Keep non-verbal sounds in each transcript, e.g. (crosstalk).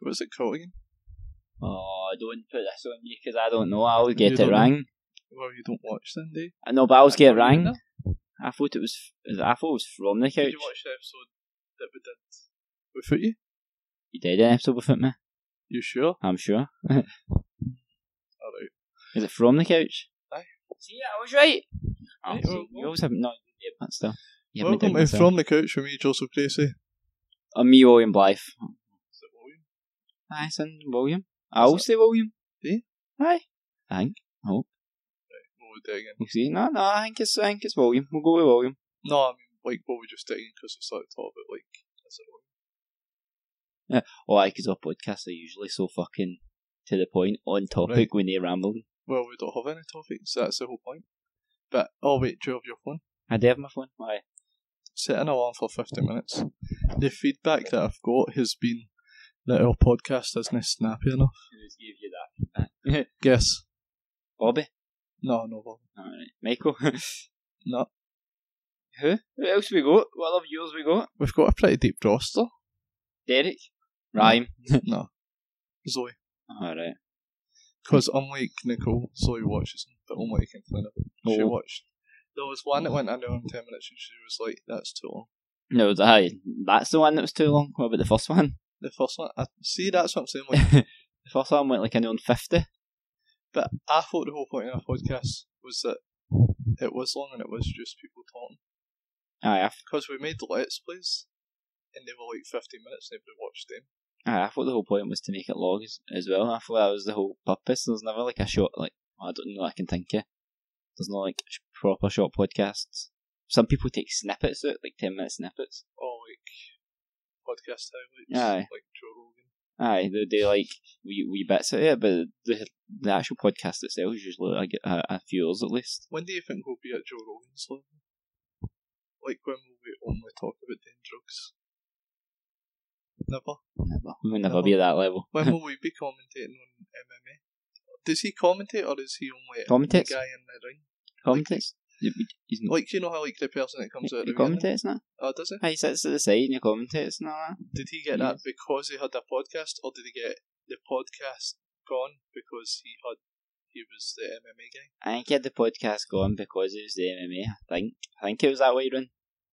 What was it called again? Oh, don't put this on me because I don't know. I always get You it don't know. wrong. Well, you don't watch then, do you? I know, but I always get it wrong. No. I thought it was. I thought it was from the Did couch. you watch the episode that we did without you? You did an episode without me. You sure? I'm sure. Alright. (laughs) Is it from the couch? Aye. See, I was right. Oh, Right, see, well- you always have not yet, but still. You haven't Welcome done to myself. From the Couch from me, Joseph Gracie. Is Uh, me, William Blythe. it William? Aye, son, William. I always say William. Do you? Aye. I think. What would we do again? You see, no, no, I think it's, I think it's William. We'll go with William. No, I mean, like, what would you stick in because it's like top, but like, is it William? Oh, aye, because our podcasts are usually so fucking to the point, on topic Right. when they're rambling. Well, we don't have any topics, that's the whole point. But, oh wait, do you have your phone? I do have my phone. Aye. set an alarm for 50 minutes. The feedback that I've got has been that our podcast isn't snappy enough. Who's gave you that? Guess. Bobby. No, no, no. Alright. Michael. (laughs) No. Who? Who else we got? What other viewers we got? We've got a pretty deep roster. Derek. Rhyme. no. Zoe. Alright. Because unlike Nicole, Zoe watches them, but only can find it. She Oh. watched. There was one that went under in 10 minutes and she was like, that's too long. No, aye, that's the one that was too long. What about the first one? (laughs) The first one, I, see, that's what I'm saying. Like, the first one went like an on 50. but I thought the whole point of our podcast was that it was long and it was just people talking. Aye, I, f- Because we made the Let's Plays and they were like 15 minutes and everybody watched them. aye, Ah, I thought the whole point was to make it long as, as well. I thought that was the whole purpose. There's never like a short, like, I don't know, I can think of. There's no like sh- proper short podcasts. Some people take snippets out, like 10 minute snippets. or like podcast highlights, Aye. like Joe Rogan. Aye, they do like wee, wee bits of it, but the, the actual podcast itself is usually like a, a few hours at least. When do you think we'll be at Joe Rogan's level? Like when will we only talk about doing drugs? Never. Never. We will never be at that level. When will we be (laughs) commentating on MMA? Does he commentate or is he only Commentates. the guy in the ring? Commentates? Oh, He's, Like you know how like the person that comes out of he the ring? commentates now. Oh, does he? Aye, He sits at the side and he commentates and all that. Did he get that because he had a podcast or did he get the podcast gone because he had he was the MMA guy? I think he had the podcast going because it was the MMA. I think I think it was that way run.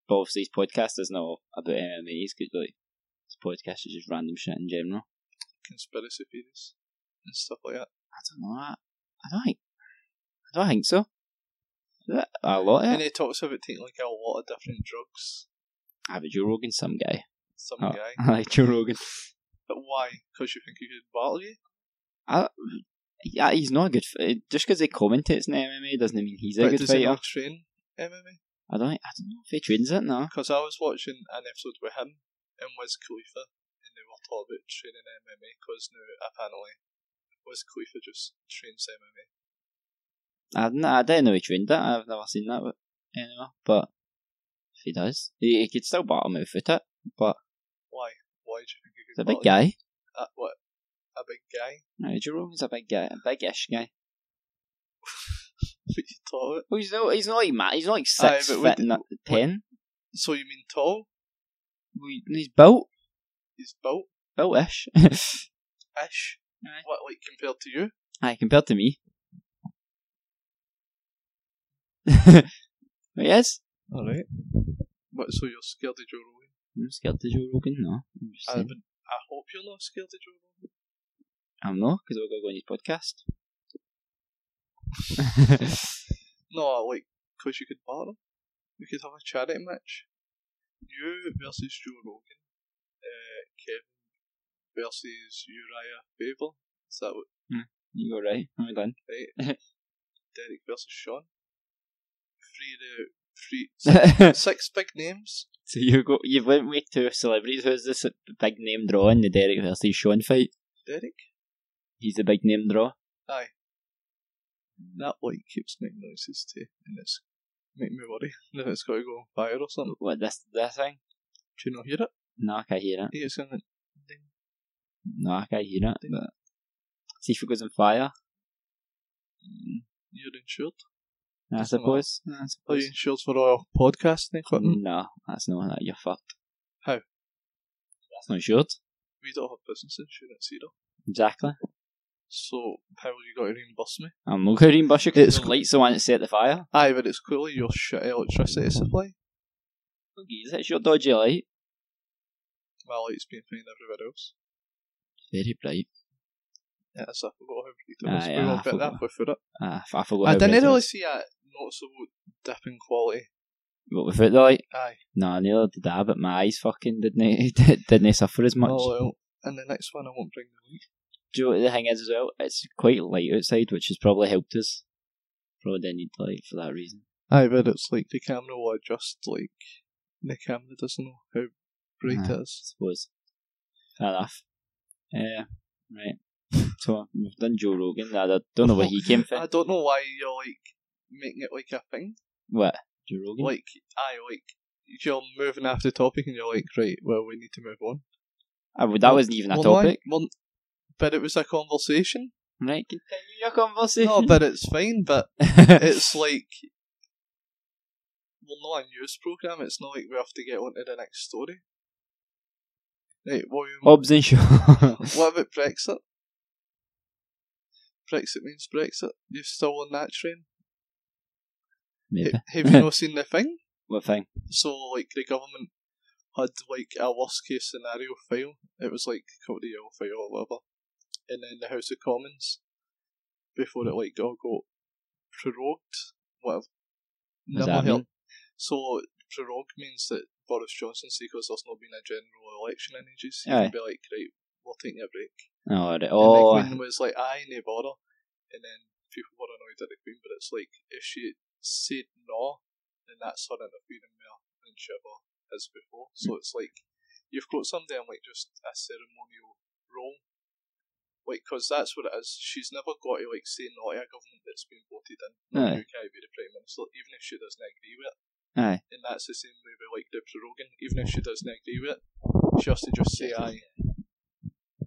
But obviously his podcast is not about MMA. He's good like his podcast is just random shit in general. Conspiracy theories and stuff like that. I don't know. I, I don't think. I don't think so. Is it A lot of And it. he talks about taking like a lot of different drugs. Ah, but Joe Rogan's some guy. (laughs) Some Oh. guy. I like Joe Rogan. But why? Because you think you could battle you? Yeah, he's not a good. F- just because he commentates in MMA doesn't mean he's a But good does he fighter. not train MMA? I don't. think- I don't know if he trains it now. Because I was watching an episode with him and Wiz Khalifa, and they were talking about training MMA because now apparently Wiz Khalifa just trains MMA. I didn't, I didn't know he trained that. I've never seen that anyway. But if he does, he, he could still battle me with it. Why? Why do you think he He's a could big battle you? guy. Uh, what? A big guy? (laughs) No, Joe Rogan's a big guy, a big-ish guy. What you thought of it? Well, he's not. He's not like Matt. He's not like six Aye, but foot we- n- ten. So you mean tall? We- He's built, He's built? built-ish. (laughs) Ish? Aye. What, like compared to you? Aye, compared to me. (laughs) yes, Alright. What, so you're scared of Joe Rogan? I'm scared to Joe Rogan. No, I'm, just I, saying. would- I hope you're not scared of Joe Rogan. I'm not because we're going to go on his podcast. No, like, because you could battle. We could have a charity match. You versus Joe Rogan. Uh, Kevin versus Uriah Faber. Is that what? you go right. I'm done. Derek versus Sean. Three of the three (laughs) six, so six big names. you go. You went with two celebrities. Who's this big name draw in the Derek versus Sean fight? Derek. He's the big name draw. That light keeps making noises too, and it's making me worry (laughs) that it's got to go on fire or something. What this this thing? Do you not hear it? No, I can't hear it. It's gonna. No, I can't hear it. But see if it goes on fire. You're insured. I Doesn't suppose. I Are you suppose. insured for all podcasting equipment? No, that's not that. You're fucked. How? That's not insured. we don't have business insurance either. Exactly. So how are you going to reimburse me? I'm not going to reimburse you because It's- the light's the one that set the fire. Aye, but it's clearly your shit electricity supply. It's your dodgy light. My light's being fine everywhere else. Very bright. Yeah, so I forgot how bright it was. Aye, we aye, were I a bit forgot. halfway through it. Ah, I f- I forgot. I how red didn't it really was. see a noticeable dip in quality. What, without the light? Aye. No, neither did I, but my eyes fucking (laughs) didn't didn't suffer as much. Oh, well. And the next one I won't bring the link. Do you know what the thing is as well? It's quite light outside, which has probably helped us. Probably didn't need light for that reason. Aye, but it's like the camera will adjust, like, the camera doesn't know how bright Aye. it I is. suppose. Fair enough. Yeah, right. (laughs) so we've done Joe Rogan. I don't- don't know where he came I (laughs) from. don't know why you're, like, making it like a thing. What? Joe Rogan? Like, aye, like, you're moving off the topic and you're like, right, well, we need to move on. Ah, well, that wasn't even a Well, no, I- topic. well, but it was a (laughs) conversation. Right, continue your conversation. no, but it's fine, but (laughs) (laughs) it's like well not a news programme, it's not like we have to get on to the next story. Right, William Hobbs and Shaw. (laughs) (laughs) what about Brexit? Brexit means Brexit. You're still on that train. Maybe. Ha- Have (laughs) you not seen the thing? What thing? So like the government had like a worst case scenario file. It was like called the yellow file or whatever. And then the House of Commons before it like all got prorogued. Whatever. Does Never heard. that mean? So prorogue means that Boris Johnson say because there's not been a general election in ages, he Aye. can be like, Right, we're taking a break. Oh, right. And oh the Queen was like, aye, no bother. And then people were annoyed at the Queen, but it's like, if she said no, then that's her interfering with and shiver as before. So it's like, you've got somebody in like just a ceremonial role. Like, because that's what it is. She's never got to like say no to a government that's been voted in. Aye. Who can't be the Prime Minister, even if she doesn't agree with it. Aye. And that's the same way with like the Rogan, even if she doesn't agree with it, she has to just say aye.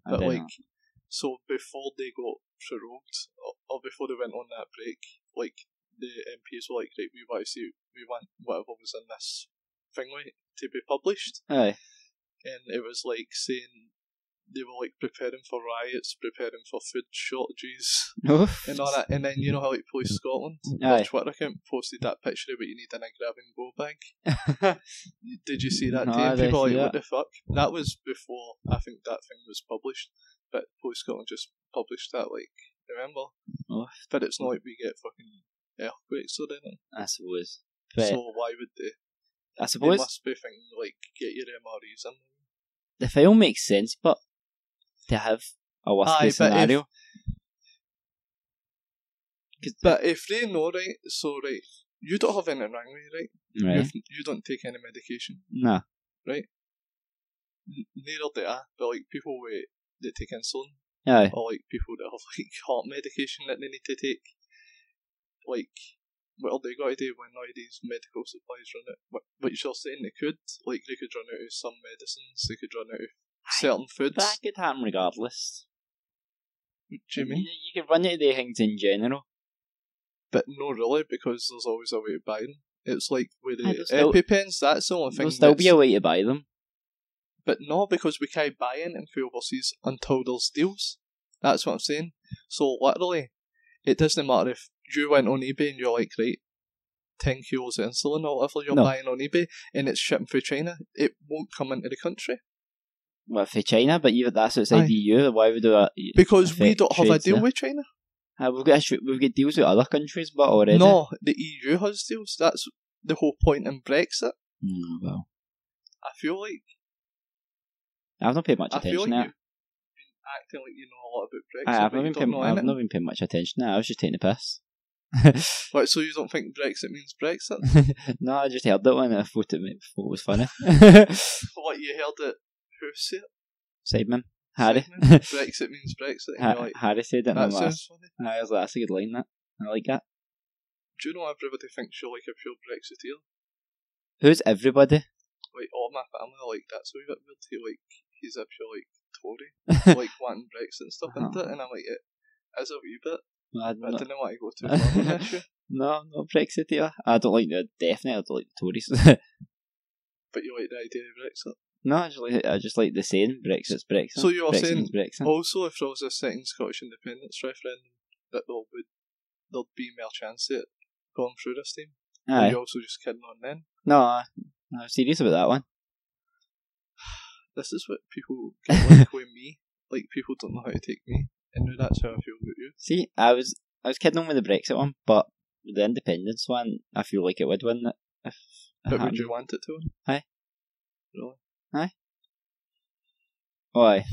I But don't like, know. so before they got prorogued, or, or before they went on that break, like the MPs were like, right, we want to see, we want whatever was in this thing right, to be published, Aye. and it was like saying they were like preparing for riots, preparing for food shortages, No. and all that. And then you know how like Police Scotland, Aye. their Twitter account posted that picture of what you need in a grabbing go bag. (laughs) Did you see that? No, No, I didn't People are see like, what the fuck? That was before I think that thing was published, but Police Scotland just published that. Like, remember? Oh. But it's not like we get fucking earthquakes or anything. I suppose. But So why would they? I They suppose must be thinking like, get your MREs in. the film makes sense, but to have a worst Aye, case but if- scenario. But if they know right, so right, you don't have anything wrong with you, right? right. You've- You don't take any medication. Nah. N- Neither do I. But like people with that take insulin Aye. or like people that have (laughs) like heart medication that they need to take. Like, what are they got to do when all these medical supplies run out? Wh- Which you're saying they could, like they could run out of some medicines, they could run out of certain foods. That could happen regardless. Do you mean? You could run out of the things in general. But no, really, because there's always a way of buying. It's like with Aye, the there's still- EpiPens, that's the only thing. There'll still be that's- a way to buy them. But no, because we can't buy anything for overseas until there's deals. That's what I'm saying. So literally, it doesn't matter if you went on eBay and you're like, right, 10 kilos of insulin or whatever you're No. buying on eBay and it's shipping through China, it won't come into the country. Well, for eh, China, but even that's outside Aye. the EU. Why would uh, we? Because we Affect don't have a trades deal there. with China. Uh, we've got issue- we've got deals with other countries, but already. No, the EU has deals. That's the whole point in Brexit. Mm, well, I feel like, I've not paid much I feel like attention. to you've that. been acting like you know a lot about Brexit. Aye, I've but not you been don't paying. know I've anything. not been paying much attention. to that. I was just taking the piss. (laughs) Right, so you don't think Brexit means Brexit? (laughs) no, I just heard that one. and I thought it, made, thought it was funny. (laughs) what you heard it, who said it? Sideman Harry. (laughs) Sideman? Brexit means Brexit. And Ha- you're like, Harry said it. and that I'm like, sounds funny. I was like, that's a good line. That I like that. Do you know everybody thinks you're like a pure Brexiteer? Who's everybody? Like all my family are like that's a wee bit weird. He like he's a pure like Tory, (laughs) like wanting Brexit and stuff, isn't it? And I'm like, it is a wee bit. Uh-huh. No, I'm But I not- didn't want to go (laughs) too far on that issue. no, I'm not Brexiteer. I don't like the definitely. I don't like the Tories. (laughs) But you like the idea of Brexit. No, I just like, I just like the saying Brexit's Brexit. So you're Brexit saying Oh, means Brexit. Also, if there was a second Scottish independence referendum, that there would there'd be more chance at going through this team. Are Aye. you also just kidding on then? No, I- I'm serious about that one. This is what people get (laughs) like with me. Like people don't know how to take me, and now that's how I feel about you. See, I was I was kidding on with the Brexit one, but with the independence one, I feel like it would win it. If it But would happened. you want it to? win? Aye. Really? Why?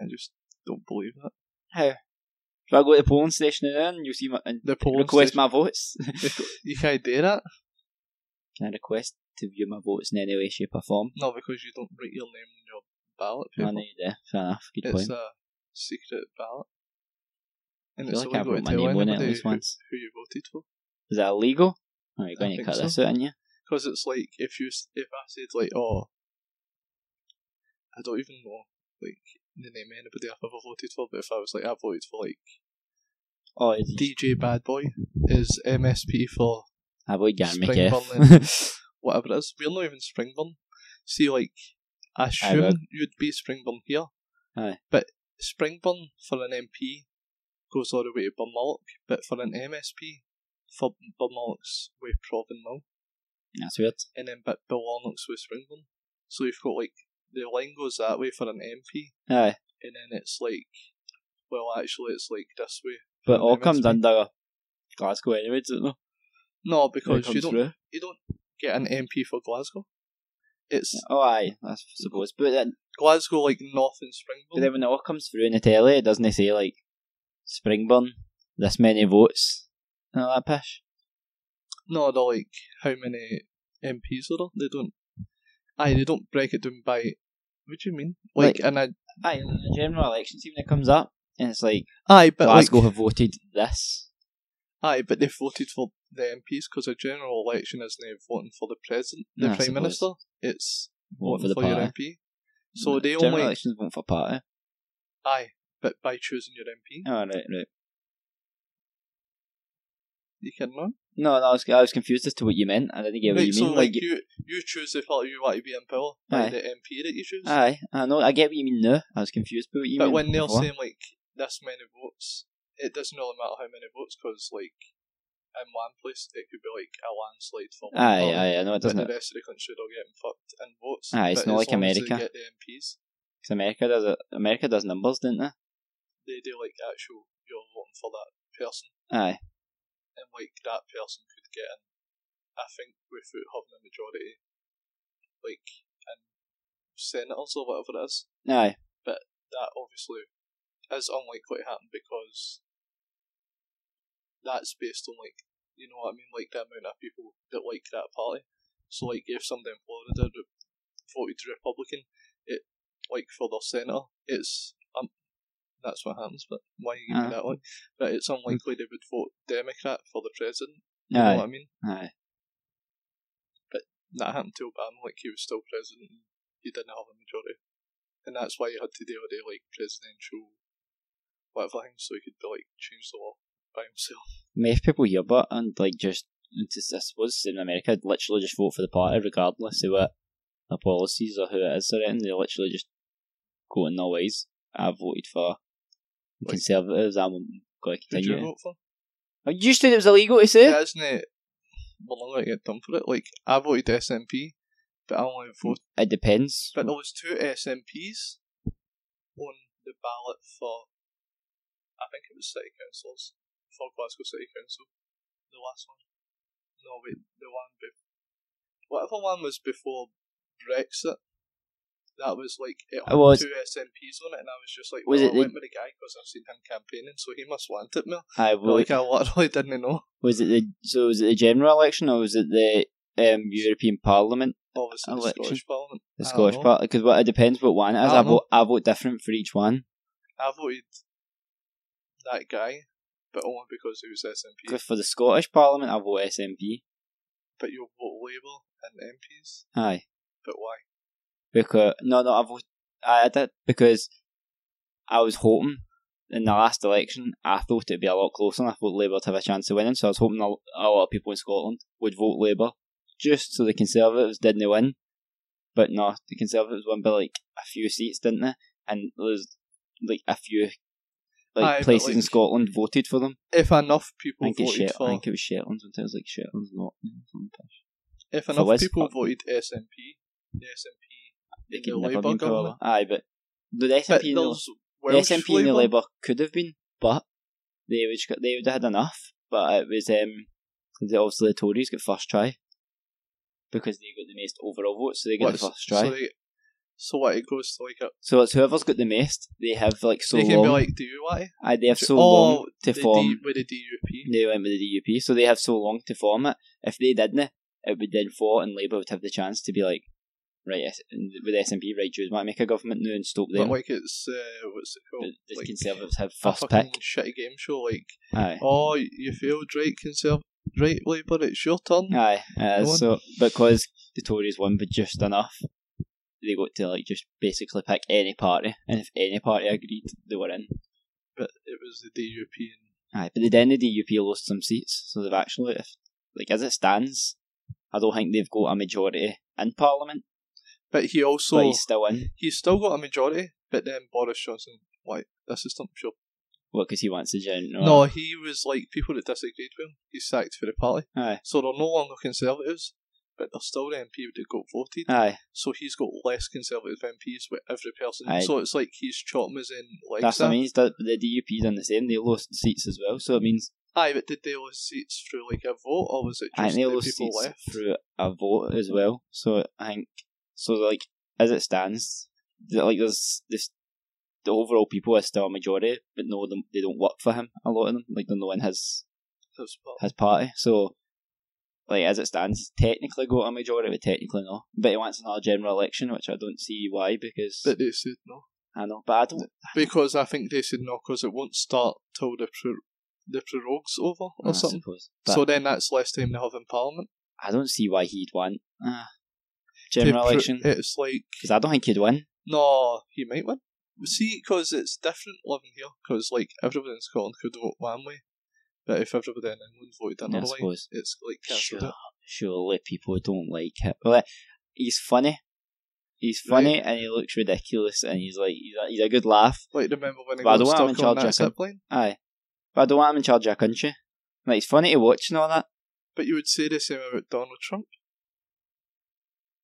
I just don't believe that. If I go to the polling station and then you'll see my and The polling request station- my votes. (laughs) (laughs) You can't do that. Can I request to view my votes in any way, shape, or form? Not because you don't write your name on your ballot No, paper. no, you do. Fair enough. Good it's uh, point. a secret ballot. I And feel it's like I illegal wrote to my tell name on it at anybody least who, once. who you voted for. Is that illegal? Oh, you're I going to think cut so. this out, aren't you? Because it's like if you s- if I said like oh, I don't even know like the name of anybody I've ever voted for, but if I was like I voted for like Oh, it's DJ Bad Boy is MSP for I vote Gary Spring McKeff. whatever it is. We're not even Springburn. See, like I assume but- you'd be Springburn here, Aye. but Springburn for an MP goes all the way to Burmalloch, but for an MSP for Burmalloch's way Proven Mill. (laughs) That's weird. and then but Bill Warnock's with Springburn. So you've got like the line goes that way for an MP, Aye. and then it's like, well, actually, it's like this way. But all MSP. comes under Glasgow anyway, doesn't it? No, though? When it because you comes don't through. you don't get an MP for Glasgow. It's Oh, aye, I suppose. But then, Glasgow like north and but Springburn. then when it all comes through in the telly, it doesn't say, like, er Springburn, this many votes, and all that pish. No, they're like how many MPs are there? They don't. Aye, they don't break it down by. What do you mean? Like, Like- and I. Aye, in the general election, see when it comes up, and it's like, Aye, but like, Glasgow have voted this. Aye, but they voted for the MPs because a general election isn't voting for the president, the No, I prime suppose. minister. It's Vote voting for the for, your party. MP. So they general only elections vote for eh? party. aye, but by choosing your MP, Oh, right, right. you can know. No, no I, was, I was confused as to what you meant. I didn't get what Right, you so mean. like you, you choose the party you want to be in power by Aye. the MP that you choose. Aye, I know. I get what you mean now. I was confused by what you but meant. when they're before. saying like this many votes, it doesn't really matter how many votes because like in one place it could be like a landslide for one aye, party, aye, I know it but doesn't. the Because rest of the country they're getting fucked in votes. Aye, it's but as not like long as they America. get the MPs. America does it. America does numbers, didn't they? they do like actual you're voting for that person Aye, and like that person could get in I think without having a majority like in senators or whatever it is. aye. That obviously is unlikely to happen because that's based on like you know what I mean, like the amount of people that like that party. So like if somebody in Florida re- voted Republican, it like for their senator, it's um that's what happens, but why you give Aye. me that one? But it's unlikely they would vote Democrat for the president. You know Aye, what I mean? aye. That happened to Obama, like he was still president and he didn't have a majority. And that's why he had to deal with the like presidential whatever thing so he could be like change the law by himself. Most people hear about it and like just it's just- I suppose in America, literally just vote for the party regardless of what their policies or who it is or anything. They literally just go in their ways. I voted for the Like- Conservatives. I'm going Did to you continue. vote for? Oh, You said it was illegal to say. Yeah, isn't it? We're not going to get done for it. Like I voted SNP, but I only voted. It depends. But there was two SNPs on the ballot for, I think it was city councils for Glasgow City Council. The last one. No, wait, the one be- whatever one was before Brexit. That was like it had It was- two SNPs on it, and I was just like, Was well, it I the- went with the guy because I've seen him campaigning, so he must want it more. I But, like voted. uh, I literally didn't know. Was it the so was it the general election or was it the um, European Parliament, Obviously, the Election. Scottish Parliament. I the don't Scottish know. Parliament? Because what it depends what one it I is. I, don't know. vote I vote different for each one. I voted that guy, but only because he was SNP. 'Cause For the Scottish Parliament, I vote SNP. But you'll vote Labour and MPs. Aye, But why? because no, no, I vote. I I did because I was hoping in the last election. I thought it'd be a lot closer, and I thought Labour would have a chance of winning. So I was hoping a, a lot of people in Scotland would vote Labour just so the Conservatives didn't win, But no, the Conservatives won by like a few seats, didn't they? And there was like a few like Aye, but, places in like- Scotland voted for them. If enough I people think, it's voted Shet- I for, think it was Shetland, wasn't it? It was like Shetland, not something. if for enough Liz people Hutton. voted SNP, the SNP, They in could the never Labour be in government. power. Aye, but the But SNP, and the, there's the Welsh SNP and the Labour. Labour could have been, but they would got- they would have had enough. But it was um, 'cause obviously the Tories got first try because they got the most overall votes, so they got What, the so- first try. So, So, they, so what it goes to like a, it's whoever's got the most, they have like so they can long. be like, do you want it? aye, they have so Oh, long the to D- form. with the DUP. they went with the DUP, so they have so long to form it. If they didn't, it would then fall, and Labour would have the chance to be like, right, S- with SNP, right, Jews might make a government now and stop them. But like it's uh, what's it called? the the like Conservatives have a first fucking pick. shitty game show. Like, Aye. oh, you failed, right, Conservative, right, Labour, it's your turn. Aye, uh, Go on. so because the Tories won by just enough, they got to like just basically pick any party, and if any party agreed, they were in. But it was the DUP. And Aye, but then the DUP lost some seats, so they've actually, if, like as it stands, I don't think they've got a majority in Parliament, but he also but he's still in. he's still got a majority. But then Boris Johnson, like this is something sure. What? Because he wants a general. No, he was like people that disagreed with him. He sacked for the party, Aye. so they're no longer conservatives. But they're still the MP that got voted. Aye. So he's got less conservative MPs with every person. Aye. So it's like he's chopping us in like That's what I mean. He's done- The DUP done the same. They lost seats as well. So it means Aye, but did they lose seats through like a vote, or was it I just think they the lost people seats left? through a vote as well. So I think so. Like as it stands, th- like there's this. The overall people are still a majority, but no, them they don't work for him. A lot of them, like they're not in his That's what- his party. So, like as it stands, he's technically got a majority, but technically no. But he wants another general election, which I don't see why because But they said no I know. But I don't. because I think they said no because it won't start till the pro- the prorogues over or I something. suppose. But so then that's less time they have in Parliament. I don't see why he'd want uh, They eh, general pro- election It's like because I don't think he'd win. no, he might win. See, because it's different living here. Because like everybody in Scotland could vote one way, but if everybody in England voted I another way, suppose. it's like Sure, cancelled out. surely people don't like him. Well, he's funny. He's funny and he looks ridiculous and he's like he's a, he's a good laugh. Like remember when he But I don't got want him in stuck on charge, that Jacob. zip line? Aye, but I don't want him in charge of a country. Like he's funny to watch and all that. But you would say the same about Donald Trump.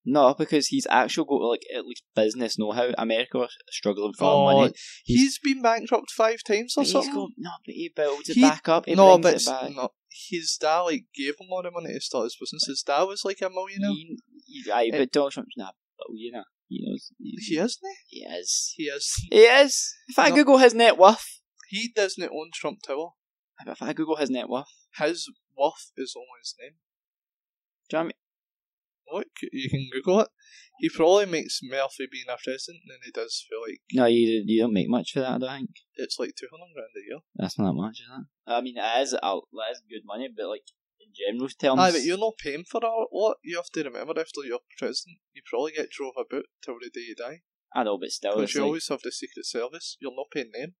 No, because he's actually got like at least business know how. America are struggling for Oh, money. He's- he's been bankrupt five times or But he's something. got- no, but he builds it He- back up. He no, but brings it's it back. not. His dad like gave him all the money to start his business. His dad was like a millionaire. He, He, he, aye, It- but Donald Trump's not. a billionaire. He knows. He, isn't he? he is. He is. He is. If I No. Google his net worth, He doesn't own Trump Tower. if I Google his net worth, His worth is only his name. do you know what I mean? Look, you can Google it. He probably makes more for being a president than he does for like No, you, you don't make much for that, I don't think. it's like two hundred grand a year. That's not much, is it? I mean, it is, out, that is good money, but like in general terms. Aye, but you're not paying for a lot. You have to remember after you're president, you probably get drove about till the day you die. I know, but still, Because it's you like, always have the Secret Service. You're not paying them.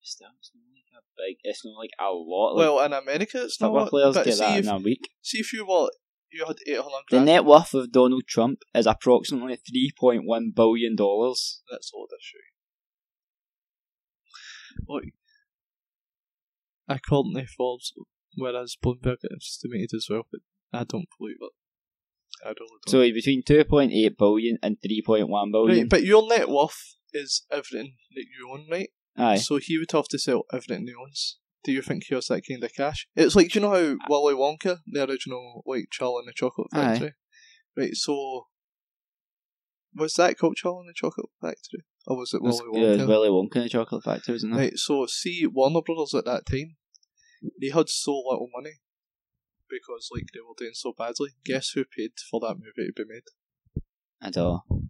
still, it's not like a big, it's not like a lot. Like, Well, in America, it's not. football what- players but get see that if, in a week. see if you were you had eight hundred The grand. net worth of Donald Trump is approximately $3.1 billion. that's all this show. Look, according to Forbes, whereas Bloomberg estimated as well, but I don't believe it. I really don't. So oh, between 2.8 billion and 3.1 billion. right, but your net worth is everything that you own, right? Aye. So he would have to sell everything he owns. Do you think he has that kind of cash? It's like you know how Willy Wonka, the original like Charlie and the Chocolate Ah. Aye. Factory, right? So was that called Charlie and the Chocolate Factory, or was it It was, Willy yeah, it was Wonka? Willy Wonka and the Chocolate Factory, isn't it? Right, so see, Warner Brothers at that time, they had so little money because like they were doing so badly. Guess who paid for that movie to be made? I don't know.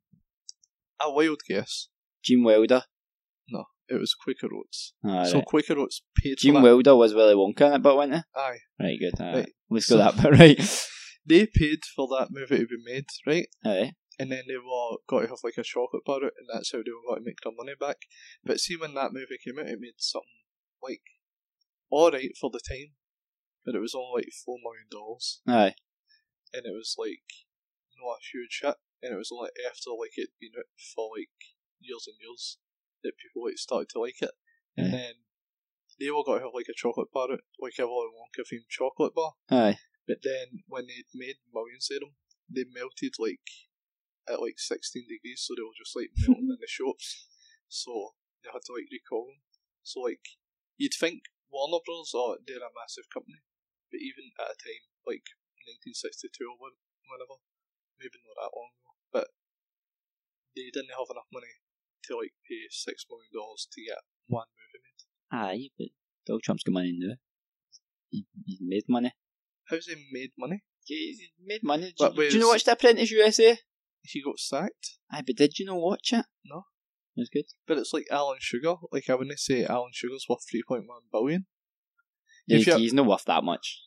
A wild guess. Gene Wilder. It was Quaker Oats. Alright. so Quaker Oats paid Gene for that. Wilder was Willy Wonka in it, but wasn't he? Aye, Right, good. Alright. Right. Let's So- go that (laughs) bit right. they paid for that movie to be made, right? Alright. And then they were got to have like a chocolate bar, out, and that's how they were going to make their money back. But see, when that movie came out, it made something like all right for the time, but it was only like four million dollars. Aye. and it was like not a huge hit. and it was like after like it'd been out for like years and years that people like started to like it. Yeah. And they all got to have like a chocolate bar, out, like a Willy Wonka themed chocolate bar. Aye. But then when they'd made millions of them, they melted like at like sixteen degrees, so they were just like melting in the shops. So they had to like recall them. So like you'd think Warner Bros. or they're a massive company, but even at a time like 1962 or when- whenever, maybe not that long ago, but they didn't have enough money to like pay six million dollars to get one movie made. Aye, but Ah, Donald Trump's got money now. He, he's made money. How's they made money? He's made money. But do, with- you know watch The Apprentice USA? He got sacked. Aye, but did you know watch it? No. It was good. But it's like Alan Sugar. Like I wouldn't say Alan Sugar's worth three point one billion. He's, If you- he's not worth that much.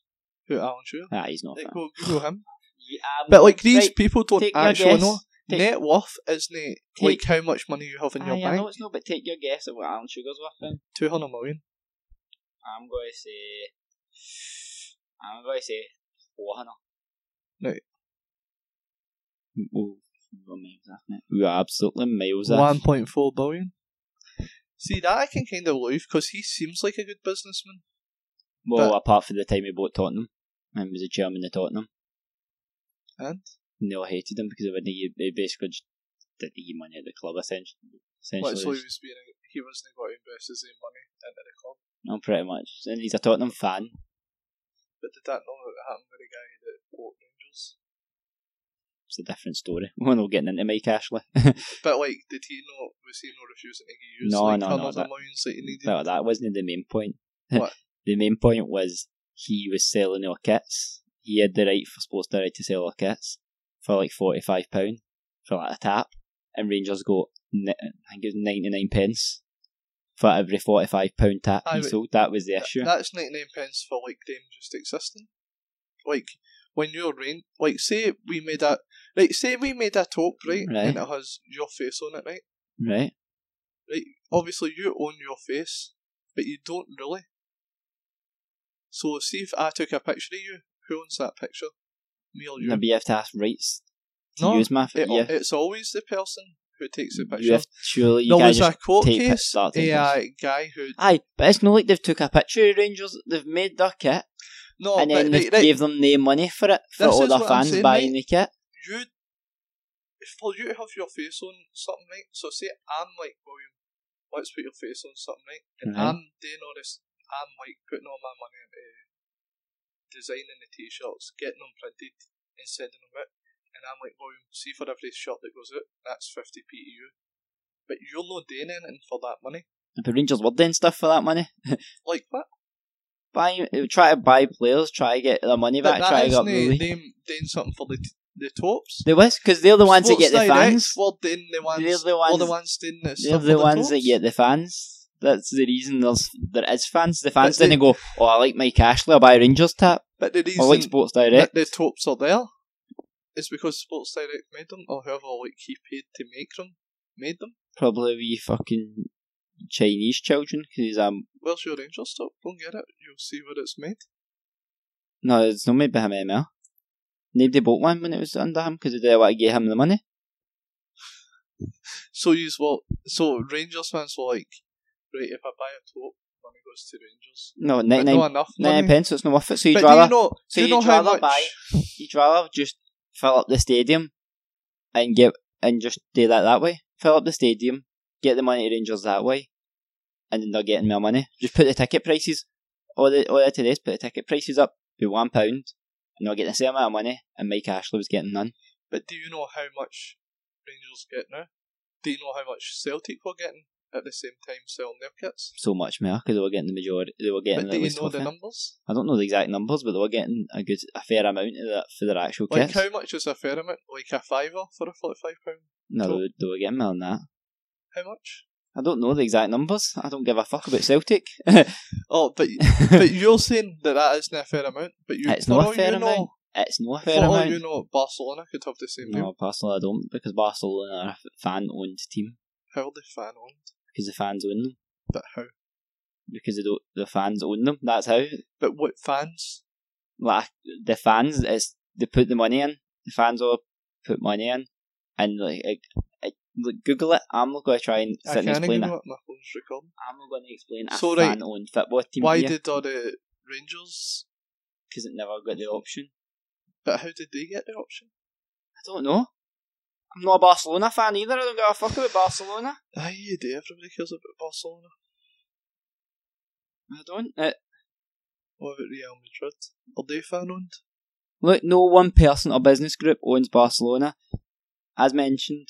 Who Alan Sugar? Ah, he's not. Like, that. go Google (laughs) him. Yeah, But like these right, people don't take your actually guess. know. Take- Net worth isn't like Take- how much money you have in your Aye, I know bank. it's not, but take your guess at what Alan Sugar's worth then. Two hundred million. I'm going to say. I'm going to say 400. No. Well, we were miles off, mate. We were absolutely miles One off. point four billion. See that I can kind of believe because he seems like a good businessman. Well, apart from the time he bought Tottenham and was the chairman of Tottenham. And? Neil hated him because he wouldn't give, he basically just didn't give money at the club, essentially. Like so essentially. he was being he wasn't going to invest his own money into the club. No, pretty much. And he's a Tottenham fan. But did that not happen with the guy that bought Rangers? It's a different story. (laughs) We're not getting into Mike Ashley. (laughs) But like, did he not? Was he not refusing to use No, like no, no, hundreds of that- millions that he needed? No, that wasn't the main point. (laughs) What? the main point was he was selling our kits. He had the right for Sports Direct to sell our kits for like forty five pound for like a tap, and Rangers got ni- I think it was ninety nine pence for every forty five pound tap Aye, he but- sold. That was the Th- issue. That's ninety nine pence for like them just existing. Like when you're rain, like say we made a like say we made a top right, Right. and it has your face on it right. right? Obviously you own your face, but you don't really. So see if I took a picture of you, who owns that picture? Me or you? Maybe you have to ask rights to No, use my. It- you have, It's always the person who takes the picture. you have surely you there can't was just. a court take pic- case. start taking A uh, guy who Aye, but it's not like they've took a picture of Rangers. They've made their kit no, and then but, they right, right, gave them the money for it for This all is their what I'm fans saying, buying mate. the kit. you for you to have your face on something right. So say I'm like William, let's put your face on something right, and Right. I'm doing all this. I'm like putting all my money into designing the t-shirts, getting them printed, and sending them out. And I'm like William, see for every shirt that goes out, that's fifty p to you. But you're not doing anything for that money. But Rangers were doing stuff for that money. Like that. buy, try to buy players, try to get their money But back, that try to get isn't up the league. them doing something for the t- the tops. They was because they're the ones that get the Sports fans. Direct were doing the ones. They're the were ones. the ones doing the They're stuff for the ones tops. that get the fans. That's the reason there's there is fans. The fans But they- didn't go. Oh, I like Mike Ashley. I buy Rangers tap. But the I reason like Sports that Direct. the tops are there is because Sports Direct made them, or whoever like he paid to make them made them. Probably we fucking Chinese children because um Where's your Rangers top? Don't get it. You'll see what it's made. no, it's not made by him ML. Nobody bought one when it was under him because they didn't want to give him the money. So you what? So Rangers fans were like, right, if I buy a top, money goes to Rangers. No, But ninety not nine enough money. nine pence. So it's not worth it. So but you'd do rather you know? so do you you'd know how rather much? buy- You'd rather just fill up the stadium and get and just do that that way. Fill up the stadium, get the money to Rangers that way, and then they're getting more money. Just put the ticket prices. All the all that today is put the ticket prices up to one pound, and they'll get the same amount of money. And Mike Ashley was getting none. But do you know how much Rangers get now? Do you know how much Celtic were getting at the same time selling their kits? So much more because they were getting the majority. They were getting But do at you least know half the it. numbers? I don't know the exact numbers, but they were getting a good, a fair amount of that for their actual Like kits. how much is a fair amount? Like a fiver for a forty-five pound? no, they were, they were getting more than that. How much? I don't know the exact numbers. I don't give a fuck about Celtic. Oh, (laughs) but but you're saying that that isn't a fair amount. But you, It's for not a all fair you know, amount. It's not a For fair all amount. you know, Barcelona could have the same deal. No, Barcelona don't because Barcelona are a f- fan-owned team How are they fan owned? because the fans own them But how? because they don't, the fans own them. That's how But what fans? like the fans it's they put the money in. The fans all put money in, and like, I, I, look, Google it. I'm not going to try and I sit and can't explain even it. what my phone's recording. I'm not going to explain a So, right, fan-owned football team Why here did all the Rangers? because it never got the option. But how did they get the option? I don't know. I'm not a Barcelona fan either. I don't give a fuck about Barcelona. Aye, you do. Everybody cares about Barcelona. I don't. It, What about Real Madrid? Are they fan owned? Look, no one person or business group owns Barcelona. As mentioned,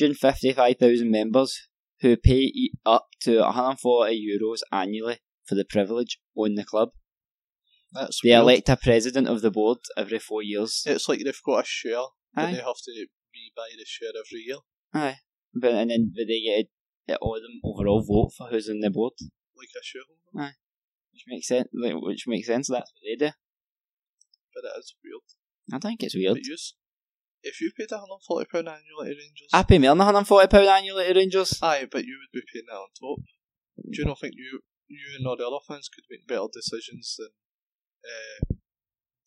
155,000 members who pay e- up to 140 euros annually for the privilege own the club. That's They weird. elect a president of the board every four years. It's like they've got a share, Aye. and they have to rebuy the share every year, Aye. But and then but they get it all them overall vote for who's on the board, like a shareholder. which makes sense. Like, which makes sense. That's what they do. But it is weird. I think it's weird. But you, if you paid £140 annually to Rangers, I pay more than 140 pound annually to Rangers. aye, but you would be paying that on top. Do you not think you you and all the other fans could make better decisions than, uh,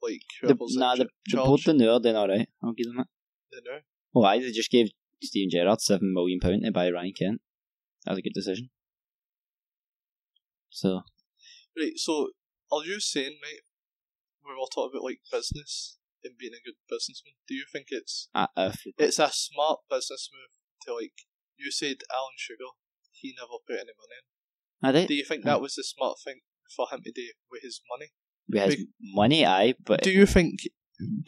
like, The, whoever's nah, in the, ch- the charge? board done they are doing all right. I'll give them that. They know. Well, I they just gave Steven Gerrard seven million pound to buy Ryan Kent. That was a good decision. So Right, so are you saying, mate, we were talking about like business and being a good businessman, do you think it's I, I feel- it's a smart business move to like you said Alan Sugar, he never put any money in. I did Do you think that was the smart thing for him to do with his money? we has big- money, aye, but Do you think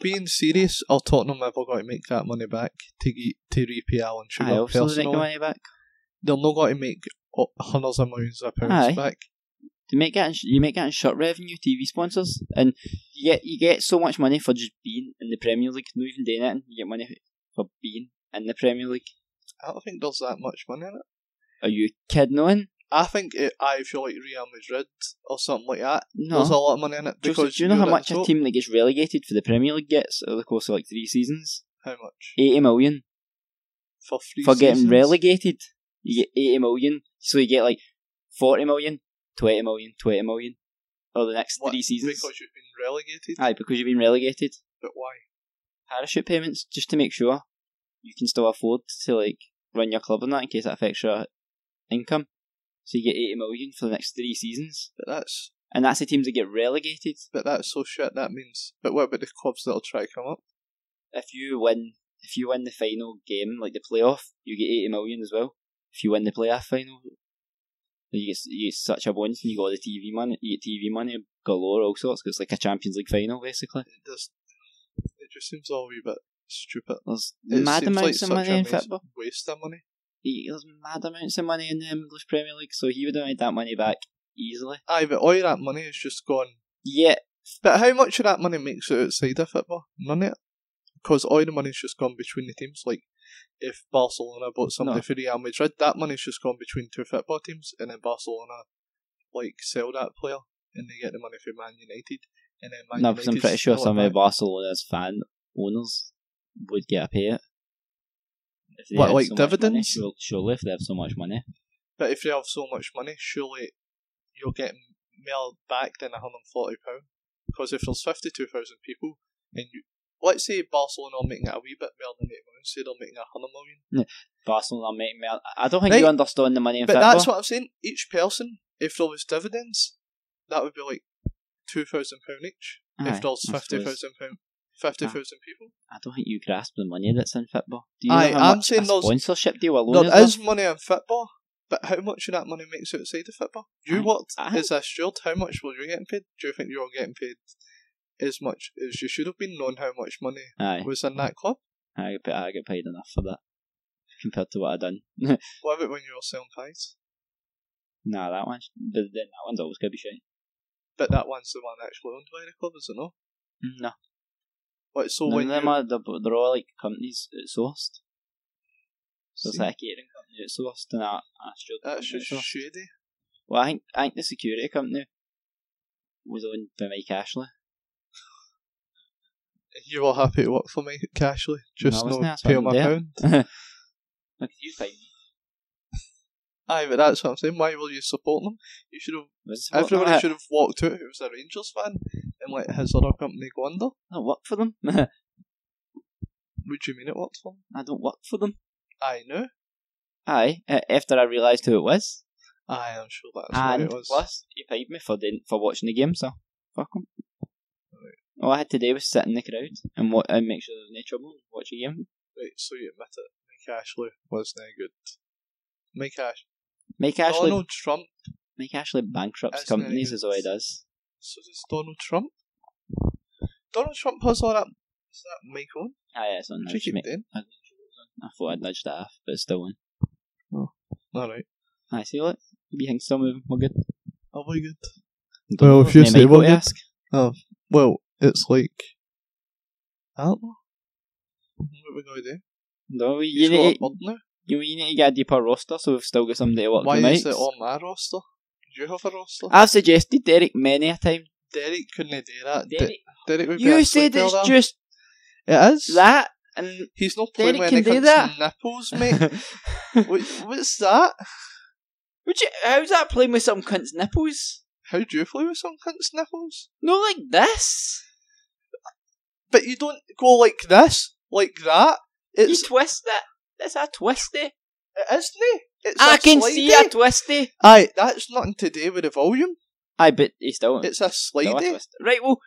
being serious, or Tottenham ever going to make that money back to ge- to repay Alan Sugar? I also didn't get personally? money back. They're not going to make o- hundreds of millions of pounds Aye. back. You make that in, sh- you make that in shirt revenue, TV sponsors, and you get you get so much money for just being in the Premier League, not even doing anything. You get money for being in the Premier League. I don't think there's that much money in it. Are you kidding? On I think it, I feel like Real Madrid or something like that. There's a no. lot of money in it Joseph, because do you know how you're much in a top. team that gets relegated for the Premier League gets over the course of like three seasons? How much Eighty million. for free for getting seasons? relegated. You get 80 million, so you get like 40 million, 20 million, 20 million over the next What, three seasons. because you've been relegated. Aye, because you've been relegated. But why? Parachute payments, just to make sure you can still afford to like run your club on that in case that affects your income. So you get 80 million for the next three seasons. But that's And that's the teams that get relegated. but that's so shit. That means. But what about the clubs that'll try to come up? If you win, if you win the final game, like the playoff, you get 80 million as well. If you win the playoff final, you get, you get such a bonus and you got the TV money, you get TV money galore, all sorts, 'cause it's like a Champions League final, basically. It just it just seems all a wee bit stupid. There's It mad seems like amounts of such money a in mas- football. waste of money. He- There's mad amounts of money in the English Premier League, so he would have made that money back easily. Aye, but all that money is just gone. Yeah, But how much of that money makes it outside of football? None of it. Because all the money's just gone between the teams. Like, if Barcelona bought somebody No. for Real Madrid, that money's just gone between two football teams, and then Barcelona, like, sell that player, and they get the money from Man United, and then Man no, United. because I'm pretty sure some of Barcelona's fan owners would get a payout. If they What, had like much money, dividends? sure- surely, if they have so much money. But if they have so much money, surely you're getting more back than £140. Because if there's 52,000 people, and you. Let's say Barcelona are making it a wee bit more than 8 million, say they're making 100 million. Barcelona are making. mil- I don't think Right. you understand the money in But football. that's what I'm saying. Each person, if there was dividends, that would be like two thousand pound each. Aye, if there's I fifty suppose. thousand pound, fifty thousand people, I don't think you grasp the money that's in football. Do you Aye, know how I'm much saying a those- sponsorship deal alone there is is worth? money in football. But how much of that money makes it outside of football? You Aye, worked aye. as a steward. How much were you getting paid? Do you think you were getting paid as much as you should have been, knowing how much money Aye, was in that club? I get, pa- I get paid enough for that compared to what I've done. (laughs) nah, What about when you were selling pies? that one. But then that one's always gonna be shite. But that one's the one actually owned by the club, is it not? No, Like, Mm, so none when of them you- are. They're, they're all like companies outsourced. So it's See, like a catering company outsourced and a, a steward that's company just outsourced. shady. Well, I think, I think the security company was owned by Mike Ashley. You were happy to work for me, Cashley. Just I no, wasn't, that's pay what my I'm pound. Look, you find Aye, but that's what I'm saying. Why will you support them? You should have. was it Everybody Fortnite? should have walked out who was a (laughs) Rangers fan and let his other company go under. I work for them. Would you mean it worked for them? I don't work for them. I know. Aye, uh, after I realised who it was. Aye, I'm sure that's what and it was. plus, he paid me for didn't for watching the game, so fuck him. All I had to do was sit in the crowd and wa- and make sure there was no trouble and watch a game. Right, so you admit it. Mike Ashley was no good. Mike Ash- Make Ashley Donald Trump. make Ashley bankrupts Oh, That's not companies good. is all he does. So does Donald Trump. Donald Trump has all that. Is that Mike on? Ah, yeah, it's on. Should nudge, keep mate. doing. I thought I'd nudged that off, but it's still on. Alright. I see what you think. Some of them were good. I'll be good. Don't Well, know if you they say might we're go to good. ask. Well, it's like. I don't know. What are we going to do? No, we- you He's need, got a bird now. you, you need to get a deeper roster, so we've still got somebody to work Why the is mics. Ah. it on my roster? Do you have a roster? I've suggested Derek many a time. Derek couldn't do that. De- Derek, Uh, Derek would be you a said footballer. it's just It is. that, and He's not Derek playing when it can do comes that. to (laughs) nipples, mate. what, what's that? Would you, how's that playing with some cunt's nipples? How do you play with some cunt's nipples? No, like this. But you don't go like this, like that. It's you twist that. That's a twisty. it isn't. It's I a can slidey. see a twisty. Aye, that's nothing to do with the volume. I bet he still It's a still a slidey. twisty. Right, well,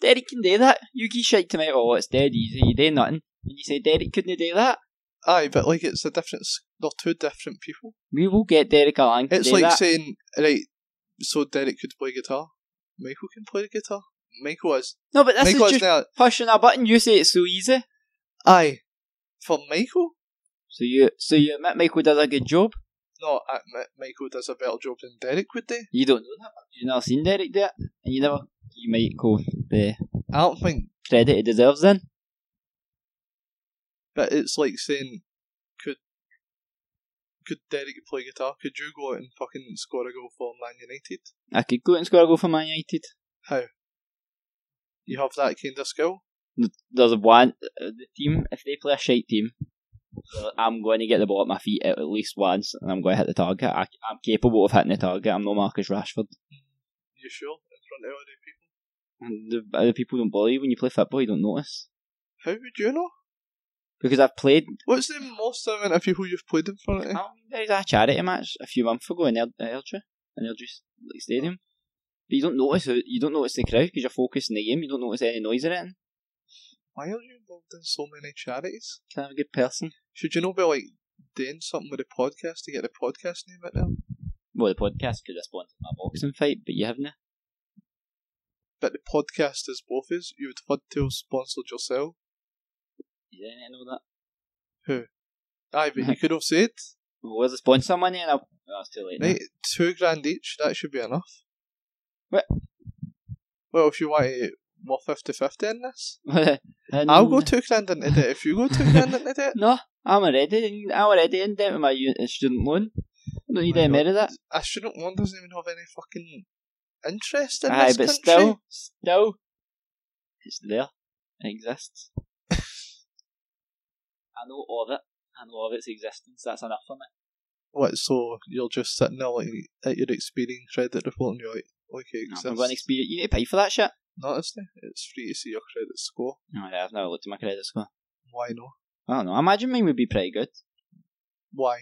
Derek can do that. You can shake him out. Oh, it's dead easy. You do nothing. And you say Derek couldn't do that. Aye, but like it's a different. s- They're two different people. We will get Derek along. to It's do like that. saying right. So Derek could play guitar. Michael can play the guitar. Michael is. no, but this Michael is is just now. pushing a button. You say it's so easy. Aye, for Michael. So you, so you admit Michael does a good job. No, I admit Michael does a better job than Derek would do. You don't know that. much. You've never seen Derek do it, and you never. You might go the I don't think credit it deserves. Then But it's like saying, could could Derek play guitar? Could you go out and fucking score a goal for Man United? I could go out and score a goal for Man United. You have that kind of skill. there's one uh, the team if they play a shite team, uh, I'm going to get the ball at my feet at at least once, and I'm going to hit the target. I, I'm capable of hitting the target. I'm no Marcus Rashford. You sure in front of other people? And the other people don't bother you when you play football. You don't notice How would you know? because I've played. What's the most amount of people you've played in front of? I mean, there was a charity match a few months ago in El- uh, Eldra, in Eldra like, Stadium. But you don't notice who, you don't notice the crowd because you're focused in the game. You don't notice any noise or anything. Why are you involved in so many charities? 'Cause I'm a good person. Should you not be like doing something with the podcast to get the podcast name out there? Well, the podcast could have sponsored my boxing fight, but you haven't. But the podcast is both is you would have to have sponsored yourself. You didn't know that. Aye, but you could have said Well, where's the sponsor money? And I, oh, it's too late. now. Mate, two grand each, that should be enough. Wha- Well, if you want to, more 50 50 in this, (laughs) and I'll go two grand into debt if you go two grand into debt. (laughs) No, I'm already. in- I'm already in debt with my u- uh, student loan. I don't need My any God. more of that. I shouldn't one doesn't even have any fucking interest in Aye, this but country. still, still, it's there. (laughs) It exists. I know of it. I know of its existence. That's enough for me. What, so you're just sitting there like, at your Experian credit report and you're like, okay, No, exists. I'm going to experience. You need to pay for that shit. No, it's not. It's free to see your credit score. No, I have never looked at my credit score. Why not? I don't know. I imagine mine would be pretty good Why?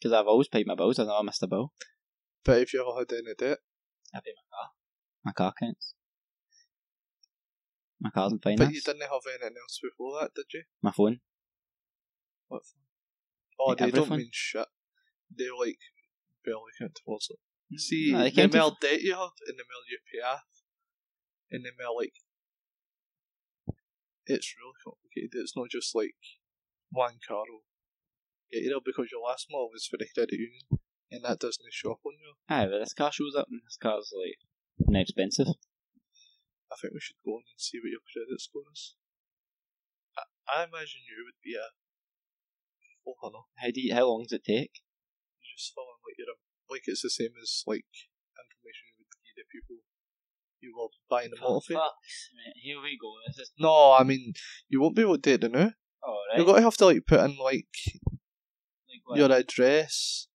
because I've always paid my bills. I never missed a bill. But if you ever had any debt, My car counts. My car's in but you finance. didn't have anything else before that, did you? My phone. Oh, Like they don't everything? mean shit. They like barely count towards it. See, No, Mm, they the counted. amount of debt you have, and the amount you pay off, and the amount like it's really complicated. It's not just like one car. will get you there because your last mile was for the credit union, and that doesn't show up on you. Aye, but this car shows up and this car's like not expensive. I think we should go on and see what your credit score is. I, I imagine you would be a oh, four hundred. How do you, how long does it take? you just fill in like your like it's the same as like information you would give the people you were buying them off of. here we go. This is oh, No, I mean you won't be able to do it now. alright. You're gonna have to like put in like your address.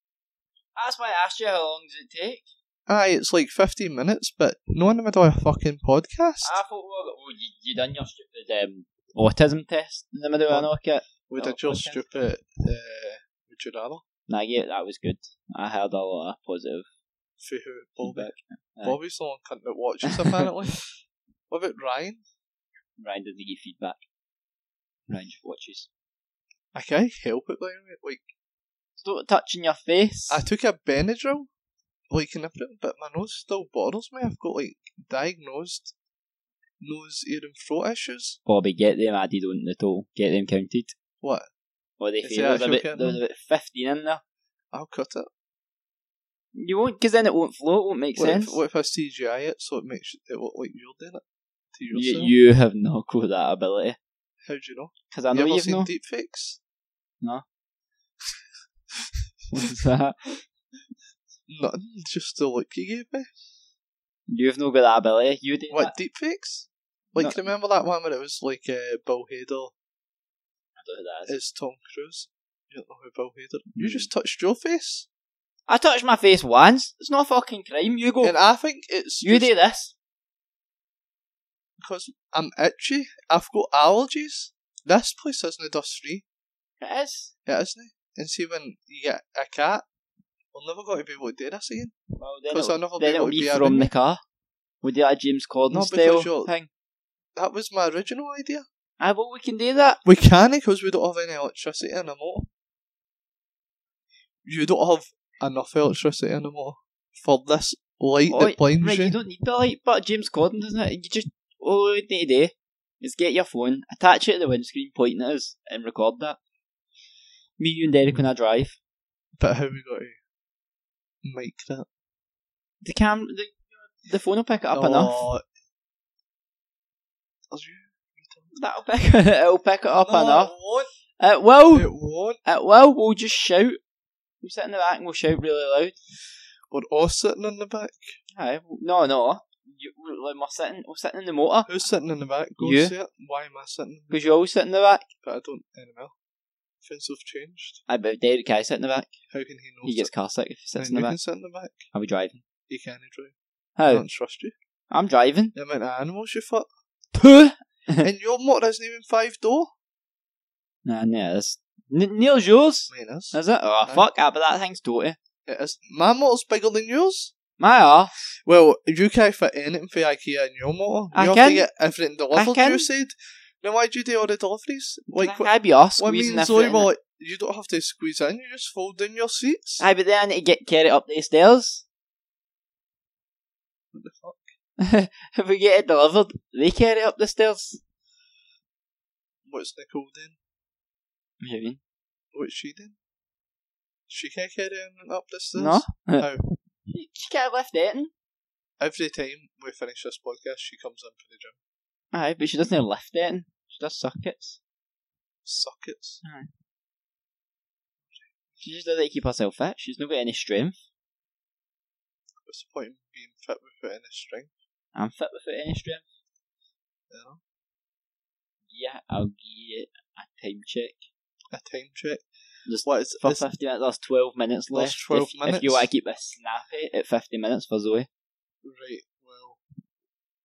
That's why I asked you how long does it take. Aye, it's like fifteen minutes, but no in the middle of a fucking podcast. Ah, oh, I thought, well, well you, you done your stupid um, autism test in the middle of an orchid. We Oh, did your okay. stupid uh, Would You Rather Nah, yeah, that was good. I heard a lot of positive for who? Bobby. feedback. Aye. Bobby's the one cunt that watches, (laughs) apparently. what about Ryan? Ryan didn't give feedback. Ryan just watches. I can't help it, by the way. Like, Stop touching your face. I took a Benadryl, like, and I put, but my nose still bothers me. I've got, like, diagnosed nose, ear, and throat issues. Bobby, get them added on the toll. Get them counted. What? Or they Is feel there there's actual about, count there's now? about 15 in there. I'll cut it. You won't, because then it won't flow, it won't make What if, sense. what if I CGI it so it makes it look like you're doing it to you, yourself? you have (laughs) not got that ability. How do you know? Because I you know ever you have seen no. deepfakes? (laughs) What's that? Nothing, (laughs) just the look you gave me. You've not got that ability. You do What that. deepfakes? Like No. remember that one where it was like uh, Bill Hader I don't know who that is. is Tom Cruise. You don't know who Bill Hader? Hmm. You just touched your face, I touched my face once. It's not a fucking crime. You go. and I think it's You just do this. because I'm itchy. I've got allergies. This place isn't dust free. It is. It isn't. And see when you get a cat, we're never going to be able to do this again Well, then because it'll, I'll never be able then it'll to be be around from you. the car. We do that James Corden No, because style you'll- thing. That was my original idea. Ah, well, we can do that. We can because we don't have any electricity anymore. You don't have enough electricity anymore for this light Oh, that blinds Right, you. you don't need the light, but James Corden doesn't it? You just all you need to do is get your phone, attach it to the windscreen, point at us, and record that. Me, you, and Derek when I drive. But how we got to make that? The cam, the, the phone will pick it up No, enough. are you- That'll pick (laughs) it'll pick it up No, enough. It won't. It will. It won't. It will. We'll just shout. We'll sit in the back and we'll shout really loud. We're all sitting in the back. Aye, well, no, no. You, like, we're sitting. We're sitting in the motor Who's sitting in the back? Go You. see it. Why am I sitting? because you always sit in the back. But I don't anymore. Things have changed. I bet Derek I sit in the back. How can he know? He gets car sick if he sits in you the back. can sit in the back. Are we driving? You can't drive. I How? don't trust you. I'm driving. The amount of animals you (laughs) fuck. Two. and your motor isn't even five door. Nah, nah, that's N- Neil's yours. Mine is. Is it? Oh Aye. fuck! Ah, but that thing's totally It is. My motor's bigger than yours. my arse. Well, you can't fit anything for IKEA in your motor. I you have can. to get everything delivered. can. You said. Now why do you do all the deliveries? Like Like what? I'd be arse What squeezing means if Zoe? it. Well, you don't have to squeeze in. You just fold down your seats. Aye, but then I need to get carried up the stairs. (laughs) What the fuck? if we get it delivered, they carry it up the stairs. What's Nicole doing? What do you mean? What's she doing? She can't carry anything up the stairs. No. How? She can't lift anything. Every time we finish this podcast, she comes in for the gym. Aye, but she doesn't lift anything. She does sockets. Sockets. She just doesn't keep herself fit. She's not got any strength. What's the point in being fit without any strength? I'm fit without any strength. Yeah. Yeah, I'll give you a time check. A time check. There's What is for this? 50 minutes, there's 12 minutes There's left. 12 if, if minutes. you want to keep this snappy at 50 minutes for Zoe. Right, well,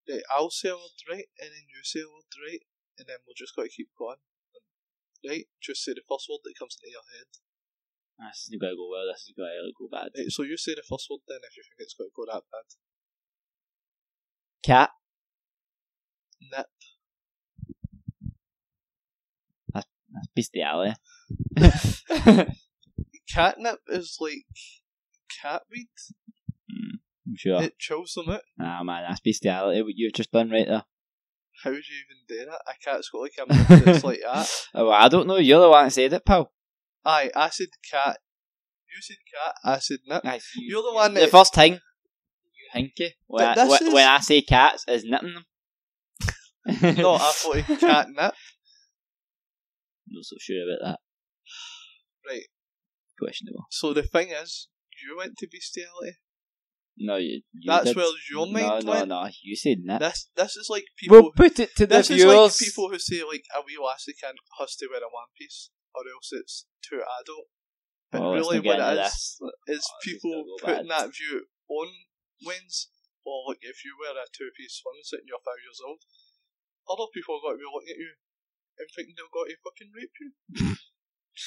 right, I'll say a word right, and then you say a word right, and then we'll just got to keep going. Right, just say the first word that comes into your head. Ah, This is going to go well, this is going to go bad. Right, so you say the first word then if you think it's going to go that bad. Cat, Nip, that's bestiality. catnip is like catweed. I'm sure. It chills them out. Ah, man, that's bestiality, what you've just done right there. How do you even do that? A cat's got like a mouth that's like that. Oh, well, I don't know, you're the one that said it, pal. (laughs) Aye, I said cat. You said cat. I said nip. Aye, you- You're the one The that. first time, you hinky, when, I, Th- this wh- is- when I say cats, is nipping (laughs) them. no, (laughs) I thought it catnip. (laughs) not so sure about that. Right. Questionable. So the thing is, you went to bestiality. No, you. you That's did- where your mind No, went. no, no. You said nip. This this is like people. We'll put it to the this is viewers. like people who say like a wee lassie can't has to wear a one piece or else it's too adult. But Oh, let's really, not what get into it is this. is Oh, this is people gonna go putting bad. that view on wins. Or like if you wear a two piece swimsuit and you're five years old, other people are going to be looking at you. and thinking they'll go to fucking rape you.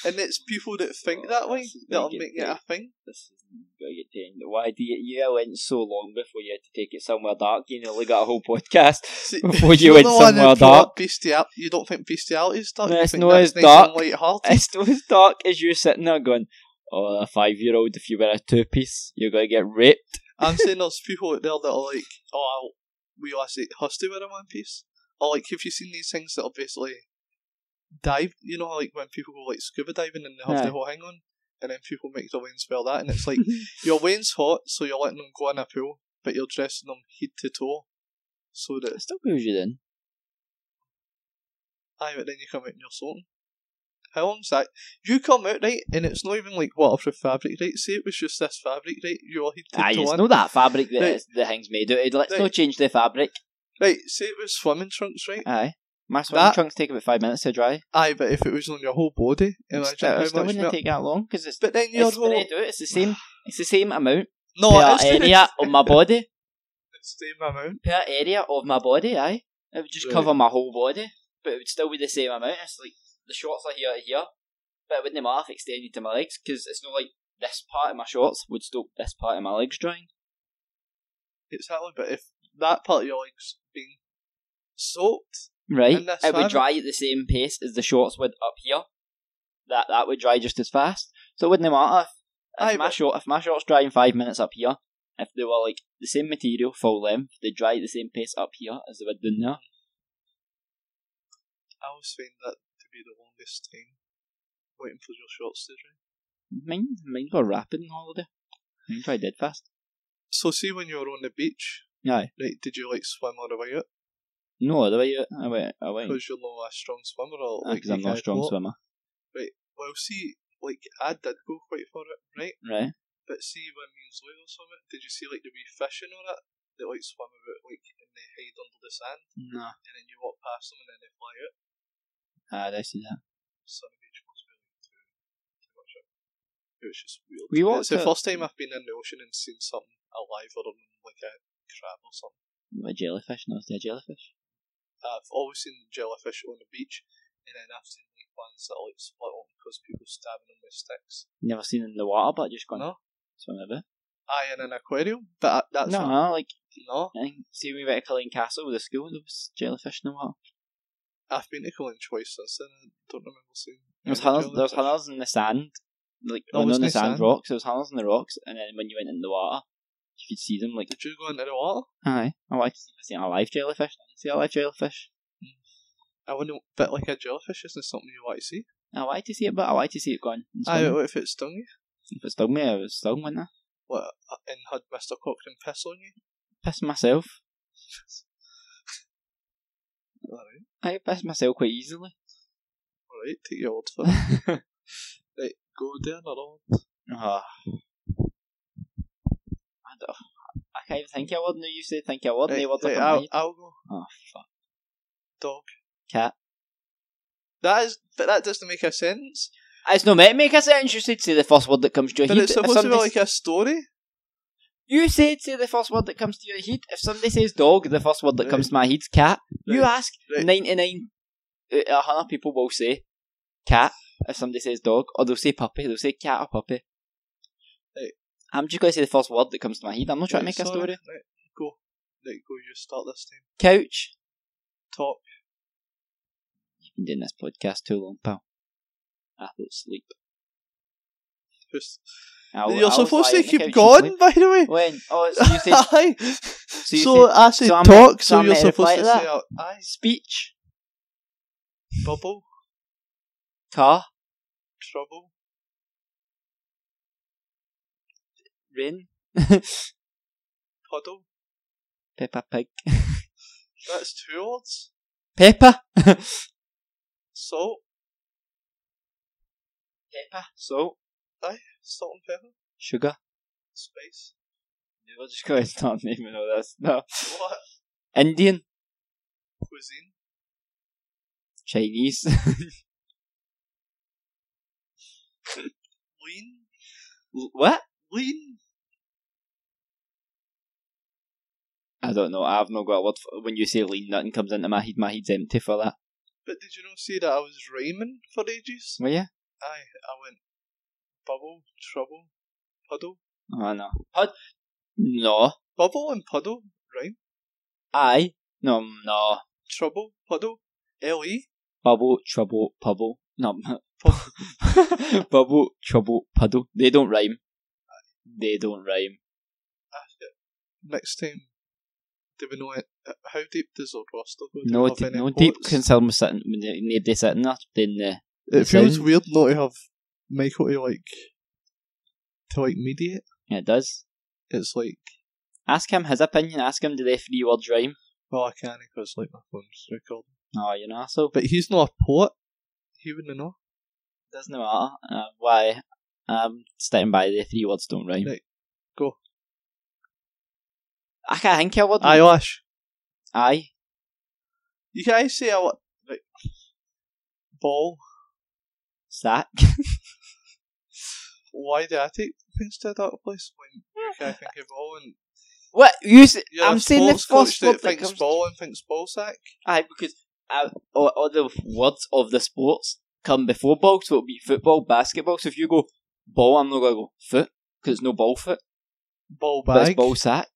and it's people that think that way This is that'll gonna get make it a dark. thing. This is gonna get tamed. Why do you? You went so long before you had to take it somewhere dark. You nearly got a whole podcast (laughs) See, before you you're went the one who somewhere brought dark. up Bestial- you don't think bestiality is dark? No, You it's think not that's as nice and dark. (laughs) lighthearted? (laughs) It's not as dark as you sitting there going, "Oh, a five-year-old, if you wear a two-piece, you're gonna get raped." I'm saying there's people out there that are like, oh, I'll, we last eight has to wear a one piece. Or like, have you seen these things that are basically dive? You know, like when people go like scuba diving and they have Aye. the whole hang on, and then people make their wains wear that, and it's (laughs) like your wain's hot, so you're letting them go in a pool, but you're dressing them head to toe, so that It still goes you then. aye, but then you come out and you're soaking. How long's that? You come out right, and it's not even like waterproof fabric, right? Say it was just this fabric, right? You're head to Aye, toe. it's in. not that fabric that Right. it's- the thing's made out. of. Let's Right. not change the fabric. Right, say it was swimming trunks, right? Aye, my swimming That- trunks take about five minutes to dry. Aye, but if it was on your whole body, It's- imagine It how still much. wouldn't Milk. take that long because it's But then you're it's, going, spread out. it's the same. It's the same amount no, per it's (laughs) area on my body. It's the same amount. per area of my body, aye. It would just Right. cover my whole body, but it would still be the same amount. It's like the shorts are here, here, but it wouldn't matter if it extended to my legs because it's not like this part of my shorts would stop this part of my legs drying. Exactly, but if that part of your legs being soaked, Right, And that's it fine. would dry at the same pace as the shorts would up here. That that would dry just as fast. So it wouldn't matter if, Aye, if my but- short if my shorts dry in five minutes up here. If they were like the same material, full length, they would dry at the same pace up here as they would down there. I always find that to be the longest time waiting for your shorts to dry. Mine, mine were rapping holiday. Mine tried dead fast. So, see when you were on the beach, Aye. right? Did you like swim all the way out? No, the way you, I went, I went, Because you're not a strong swimmer, or like because Ah, you I'm not a can't strong walk. swimmer, Well, see, like I did go quite for it, right? right? But see when me and Zoe were swimming, did you see like the wee fish and all that? They like swim about like and they hide under the sand. No, and then you walk past them and then they fly out. I did see that. So the beach must be too, too much out. It was just weird. We it's the walked a- first time I've been in the ocean and seen something alive other than like a crab or something. A jellyfish, no, it's a jellyfish. I've always seen jellyfish on the beach, and then I've seen like ones that are like split on because people stabbing them with sticks. Never seen in the water, but just gone No. swimming about. Aye, in an aquarium, but I- that's no, not, no, like no. I think, see, we went to Colleen Castle with the school. There was jellyfish in the water. I've been to Colin twice since then. and I don't remember seeing. There was any hunters. There was jellyfish. hunters in the sand, like There on was on the no sand, sand. rocks. There was hunters in the rocks, and then when you went in the water, you could see them. Like, Did you go into the water? aye, I like to see a live jellyfish. I didn't see a live jellyfish. I wouldn't. But like a jellyfish isn't something you like to see. I like to see it, but I like to see it gone. and Aye, swim. what if it stung you? If it stung me, I was stung, wouldn't I? What, uh, and had Mr. Cochran piss on you? Pissed myself. Alright. I piss myself quite easily. Alright, take your word for it. (laughs) Ah, Right, go down another one. I, Ah. don't, I can't even think of a word. No, you say think of a word. Right, They were right, different. I'll, words. I'll go. Oh fuck. Dog. Cat. That is, but that doesn't make a sense. It's no mate. Make a sentence. You said say the first word that comes to your But head. it's If supposed to be somebody- like a story. You said say the first word that comes to your head. If somebody says dog, the first word that comes to my head's cat. You Right, ask right. ninety nine, a hundred people will say cat. If somebody says dog, or they'll say puppy, they'll say cat or puppy. Right. I'm just gonna say the first word that comes to my head. I'm not trying to make Right, a sorry. story. Right, go. Right, go, you start this time. Couch. Talk. You've been doing this podcast too long, pal. I thought sleep. Just, I wa- I You're was supposed to lying on the keep couch and going, by the way. sleep. When? Oh, so (laughs) you said Aye. so you So I said so I'm talk, meant- so so I'm you're meant to supposed reply to to that? say, uh, aye, speech, bubble, car, trouble, rain, puddle. Peppa Pig, That's two words. Peppa, Salt, Peppa, salt, salt and pepper, sugar. spice. We're (laughs) just going to start naming all this. No, What? Indian, Cuisine. Chinese, (laughs) Lean. L- what? Lean. I don't know. I've not got a word for when you say lean. Nothing comes into my head. My head's empty for that. But did you not see that I was rhyming for ages? Were you? Aye, I went bubble, trouble, puddle. Oh, no. Pud- no. Bubble and puddle, rhyme. I. No, mm, no. Trouble, puddle, E. L-E, Bubble, trouble, pubble. No. (laughs) Pub- Bubble, trouble, puddle. They don't rhyme. They don't rhyme. next time. Do we know it? How deep does the roster go? Do No, we have d- any no deep poets? concern with sitting, with the- need they sitting there, then uh, It feels sound. weird not to have Michael to like to like mediate. it does. It's like Ask him his opinion, ask him do they three words rhyme. well, I can't because like my phone's recording. Oh, you know, so But he's not a poet. He wouldn't know. doesn't matter uh, why I'm sticking by the three words don't rhyme. Right, go. I can't think of a word. Eyelash. Aye. You guys say I wa- like ball. Sack. Why do I take things to that place when you can't think of ball and What? You s you're I'm a saying the sports coach first that word that thinks comes ball and thinks ball sack? Aye, because uh, all, all the words of the sports come before ball, so it'll be football, basketball. So if you go ball, I'm not going to go foot, because no ball foot, Ball but bag. it's (laughs) ball sack.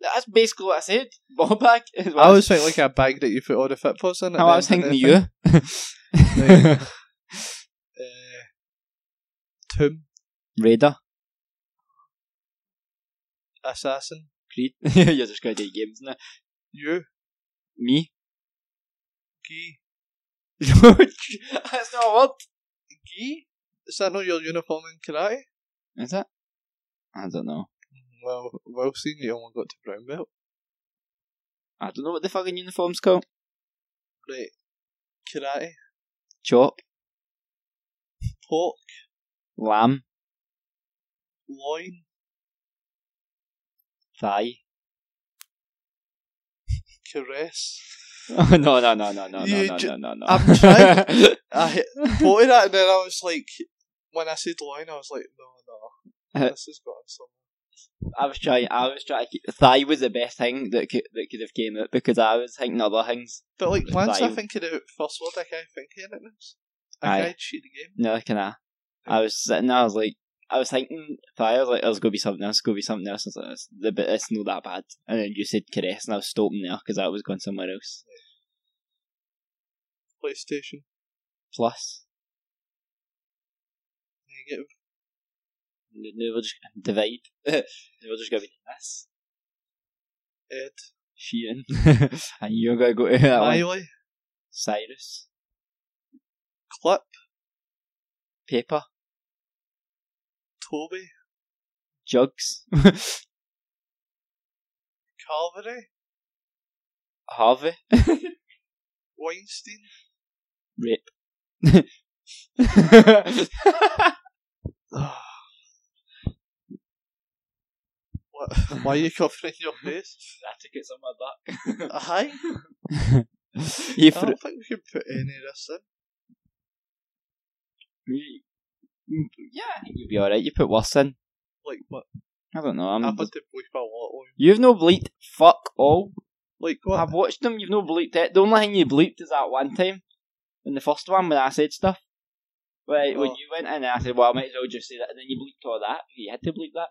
That's basically what I said. (laughs) Ball back. Is what I always think like a bag that you put all the footballs in. at how the Oh, I was end of thinking of the you. (laughs) thing. Like, uh, tomb, Raider. assassin, Creed. (laughs) You're just going to do games now. you, (laughs) Me. gee, That's not a word. gee. Is that not your uniform in karate? Is it? I don't know. Well, well seen. You only got to brown belt. I don't know what the fucking uniform's called. Right, karate, Chop. pork, Lamb. loin, Thigh. (laughs) caress. Oh, no, no, no, no, no, You no, ju- no, no, no. I'm trying- I quoted that, and then I was like, when I said loin, I was like, no, no, Uh-huh. this has got some. (laughs) I was trying. I was trying. To keep, thigh was the best thing that could that could have came out because I was thinking other things. But like, once I Right. think of the first word, I can't think of anything else. Aye. I can't cheat the game. No, can I? I was sitting. there, I was like, I was thinking thigh. I was like, there's gonna be something else. Gonna be something else. I was like, it's, the bit- it's not that bad. And then you said caress, and I was stopping there because I was going somewhere else. PlayStation, Plus, negative. they they were just divide. (laughs) they were just gonna be this. Ed, Sheehan. and you're gonna go to that one. Miley, Cyrus. Clip, Paper. Toby, Jugs. Calvary, Harvey. Weinstein. Rip. What? Why are you covering your face? I took it somewhere back. Oh, Aye. you I threw, don't think we can put any of this in. Mm, yeah, I think you'll be alright. You put worse in. Like, what? I don't know. I've I'm, had to bleep a lot. Like, you've no bleeped fuck all. like what? I've watched them. You've no bleeped it. The only thing you bleeped is that one time in the first one when I said stuff. Right, when Oh. you went in, and I said, "Well, I might as well just say that," and then you bleeped all that. You had to bleep that.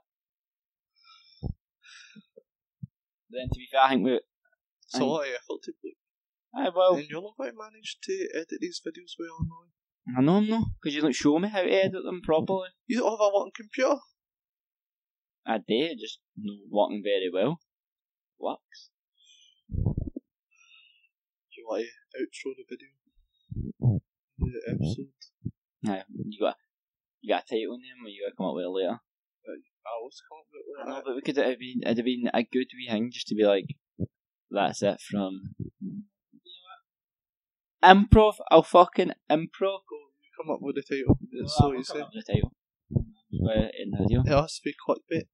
Then, to be fair, I think we. so what I Oh. effort to bleep. I well, And you're not going to manage to edit these videos well, no? I know I'm not because you don't show me how to edit them properly. You don't have a working computer? I did, just not working very well. Works. Do you want to outro the video? The episode? Now you got you got a title on them, or you got to come up with it later. I was I coming know, up with but we could it'd been it'd have been a good wee thing just to be like, that's it from. Improv, I'll fucking improv. You come up with the title. It's Well, so I will come easy. up with a title. Well, in the video, It has to be clickbait.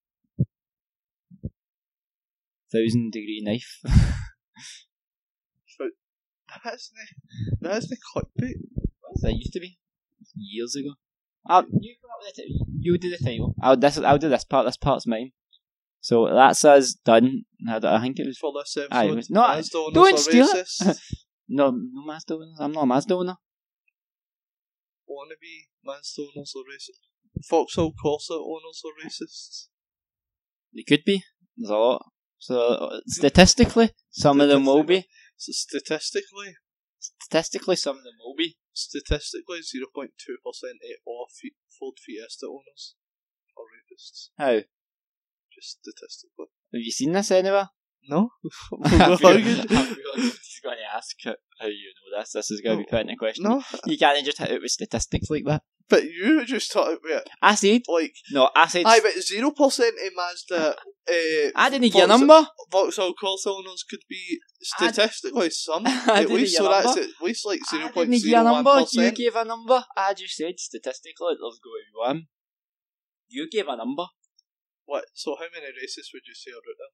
thousand degree knife. (laughs) That's the, that's the clickbait. What's that used to be? Years ago. I'll, you come up with it. You do the title. I'll this. I'll do this part. This part's mine. So that's us done. I, don't- I think it was. For this episode. Aye, it was- no, As the one don't that's a steal it. (laughs) racist. No, no Mazda owners. I'm not a Mazda owner. Wannabe Mazda owners are racist. Vauxhall Corsa owners are racists. They could be. There's a lot. So uh, statistically, some of them will be. So statistically, Statistically, some of them will be. statistically, 0.2% of all Fe- Ford Fiesta owners are rapists. How? Have Just statistically. you seen (laughs) this anywhere? (laughs) No? I feel- I Logan? feel like he's going to ask how how you know this. This is going to be putting a question. no, You can't just hit it with statistics like that. but you just thought it were I said like no. I said Aye, but zero percent of Mazda uh, I didn't get a Vauxhall- number. Vauxhall Corsa owners could be I- statistically some. (laughs) I at didn't least get so a that's number. at least like zero I point didn't give a zero one number. You percent. gave a number. I just said statistically there's going to be one. You gave a number. What? So how many racists would you say are out there?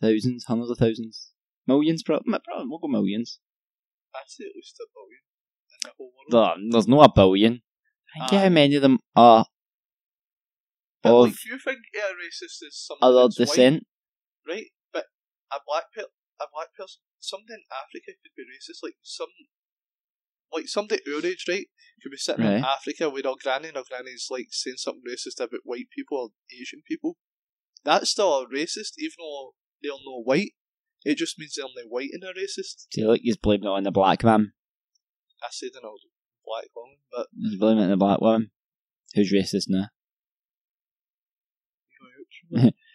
Thousands, hundreds of thousands, millions. Probably, probably we'll go millions. I'd say at least a billion in the whole world. There- There's no a billion. Think of Aye. how many of them are But of like, you think a racist is someone other that's descent. white, right? But a black per- a black person, somebody in Africa could be racist. Like some, like somebody our age, right, could be sitting in Right. Africa with our granny, and our granny's like saying something racist about white people or Asian people. That's still a racist, even though they're not white. It just means they're only white and a racist. See, look, he's blaming it on the black man. I said an old black woman, but He's blaming it on the black woman. Who's racist now? (laughs)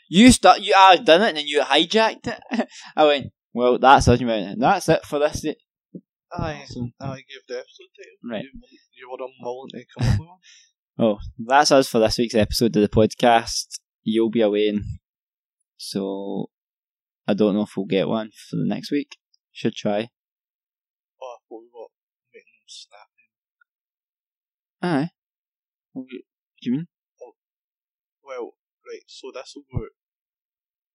You start. You I done it, and then you hijacked it. (laughs) I went. Well, that's it. man. That's it for this. day." I So, I gave the episode title. Right. You, you were unwilling to come up with (laughs) one. oh, that's us for this week's episode of the podcast. You'll be away, in, so I don't know if we'll get one for the next week. Should try. Oh, well, we were making them snap. Aye. What do you mean? Well, right, so this will go out.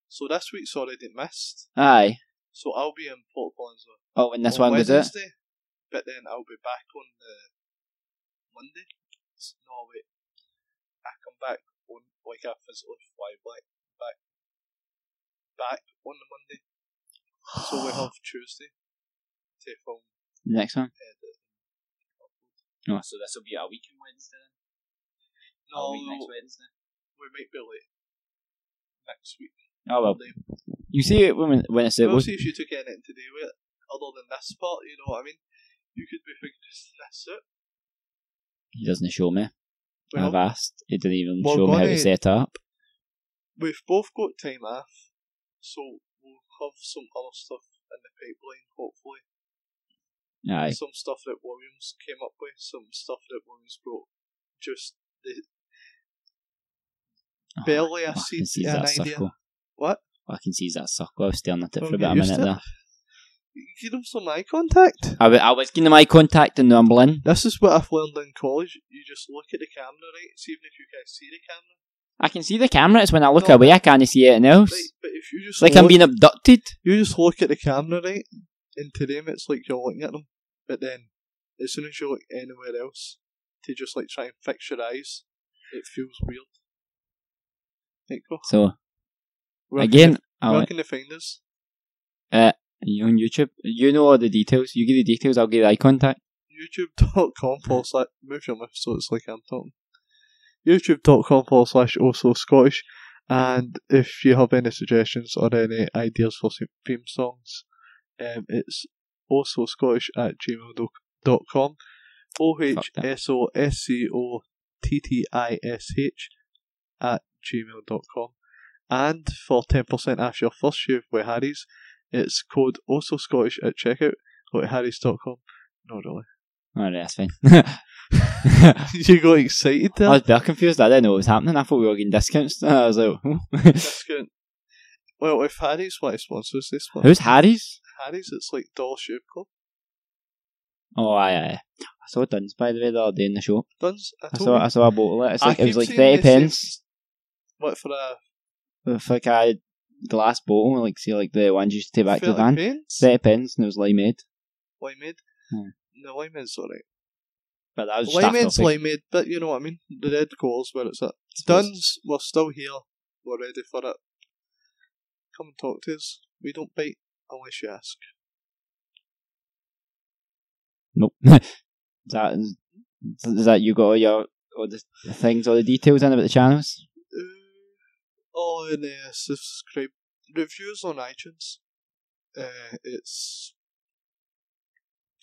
So this week's already missed. Aye. So I'll be in Port Bonza Oh, and this on one was it. Wednesday, but then I'll be back on the Monday. S- No, wait. I come back on, like I physically fly back, back, back on the Monday. So we (sighs) have Tuesday to film. The next one. Oh, so this will be a week on Wednesday. No, Wednesday. we might be late next week. Oh well. Late. You see it when when it's it We'll was see if you took anything to do with it, other than this part, you know what I mean? You could be figuring this out. He doesn't show me. I've Well, asked. He didn't even Well, show me how Gordon- to set up. we've both got time off, so we'll have some other stuff in the pipeline, hopefully. Aye. Some stuff that Williams came up with, some stuff that Williams brought. Just Oh, barely I a can seed, see an that idea. circle. What? I can see that circle. I was staring at it Don't for get about a used minute to it. there. You give them some eye contact. I wa- I was getting my contact and numbling. This is what I've learned in college. You just look at the camera, right? See even if you can see the camera. I can see the camera. It's when I look No. away. I can't see anything else. Right, but if you just It's like look, I'm being abducted. you just look at the camera, right? And to them, it's like you're looking at them. But then, as soon as you look anywhere else, to just like try and fix your eyes, it feels weird. Like, oh, So where again, can I they, where went, can they find us? "Are you on YouTube. You know all the details. You give the details. I'll give the eye contact. YouTube.com forward slash move your mouth so it's like I'm talking. YouTube.com forward slash also Scottish. And if you have any suggestions or any ideas for some theme songs, um, it's also Scottish at gmail.com. O H S O S C O T T I S H at gmail.com. And for 10% off your first shave with Harry's, it's code also Scottish at checkout or at harrys.com. Not really. All right, that's fine. (laughs) I (laughs) you got excited there. was a bit confused. I didn't know what was happening. I thought we were getting discounts. (laughs) I was like, "Hmm." (laughs) Discount. Well, if Harry's what it sponsors this one, "Who's Harry's?" Harry's it's like Doll Shave Club. Oh, aye, aye. I saw Duns by the way the other day in the shop. Duns, I I told saw, you. I saw a bottle. of it. It's I like, it was keep like seeing thirty the same- pence. What for a with like a glass bottle, like see, like the ones you used to take back to the van. pence? Set pence and it was limeade. Limeade. Hmm. No, limeide's alright. But that was just after Limeide's big- limeade, but you know what I mean. The red goal's where it's at. Duns, we're still here. We're ready for it. Come and talk to us. We don't bite unless you ask. Nope. is that is, is that you got all your all the things, all the details in about the channels? Uh, all in uh, subscribe reviews on iTunes. Uh, it's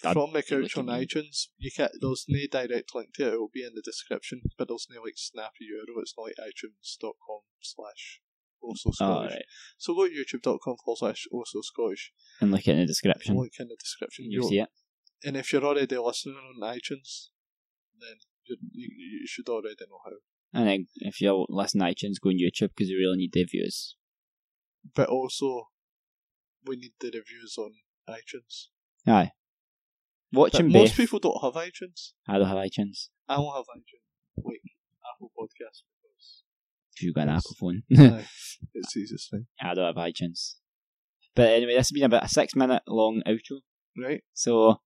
I'd from the couch on recommend- iTunes. You can there's no direct link to it. It'll be in the description, but there's no like snappy URL. It's not like iTunes.com slash also Scottish. Alright. So go to YouTube.com forward slash also Scottish. And look it in the description. Link in the description. You'll- You'll see it. and if you're already listening on iTunes, then you, you, you should already know how. And then if you're listening to iTunes, go on YouTube because you really need the views. But also, we need the reviews on iTunes. Aye. But Watching most Beth. people don't have iTunes. I don't have iTunes I don't have iTunes. Like Apple Podcasts because 'cause you've got an Yes. Apple phone. Aye, it's the easiest thing, I don't have iTunes. But anyway, this has been about a six minute long outro. right? So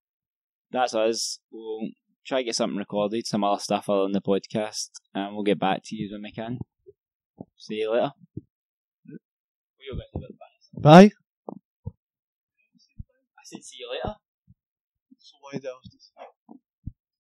that's us. We'll try to get something recorded, some other stuff other than the podcast, and we'll get back to you when we can. See you later. We'll get to it. Bye. I said see you later. So why the hell does-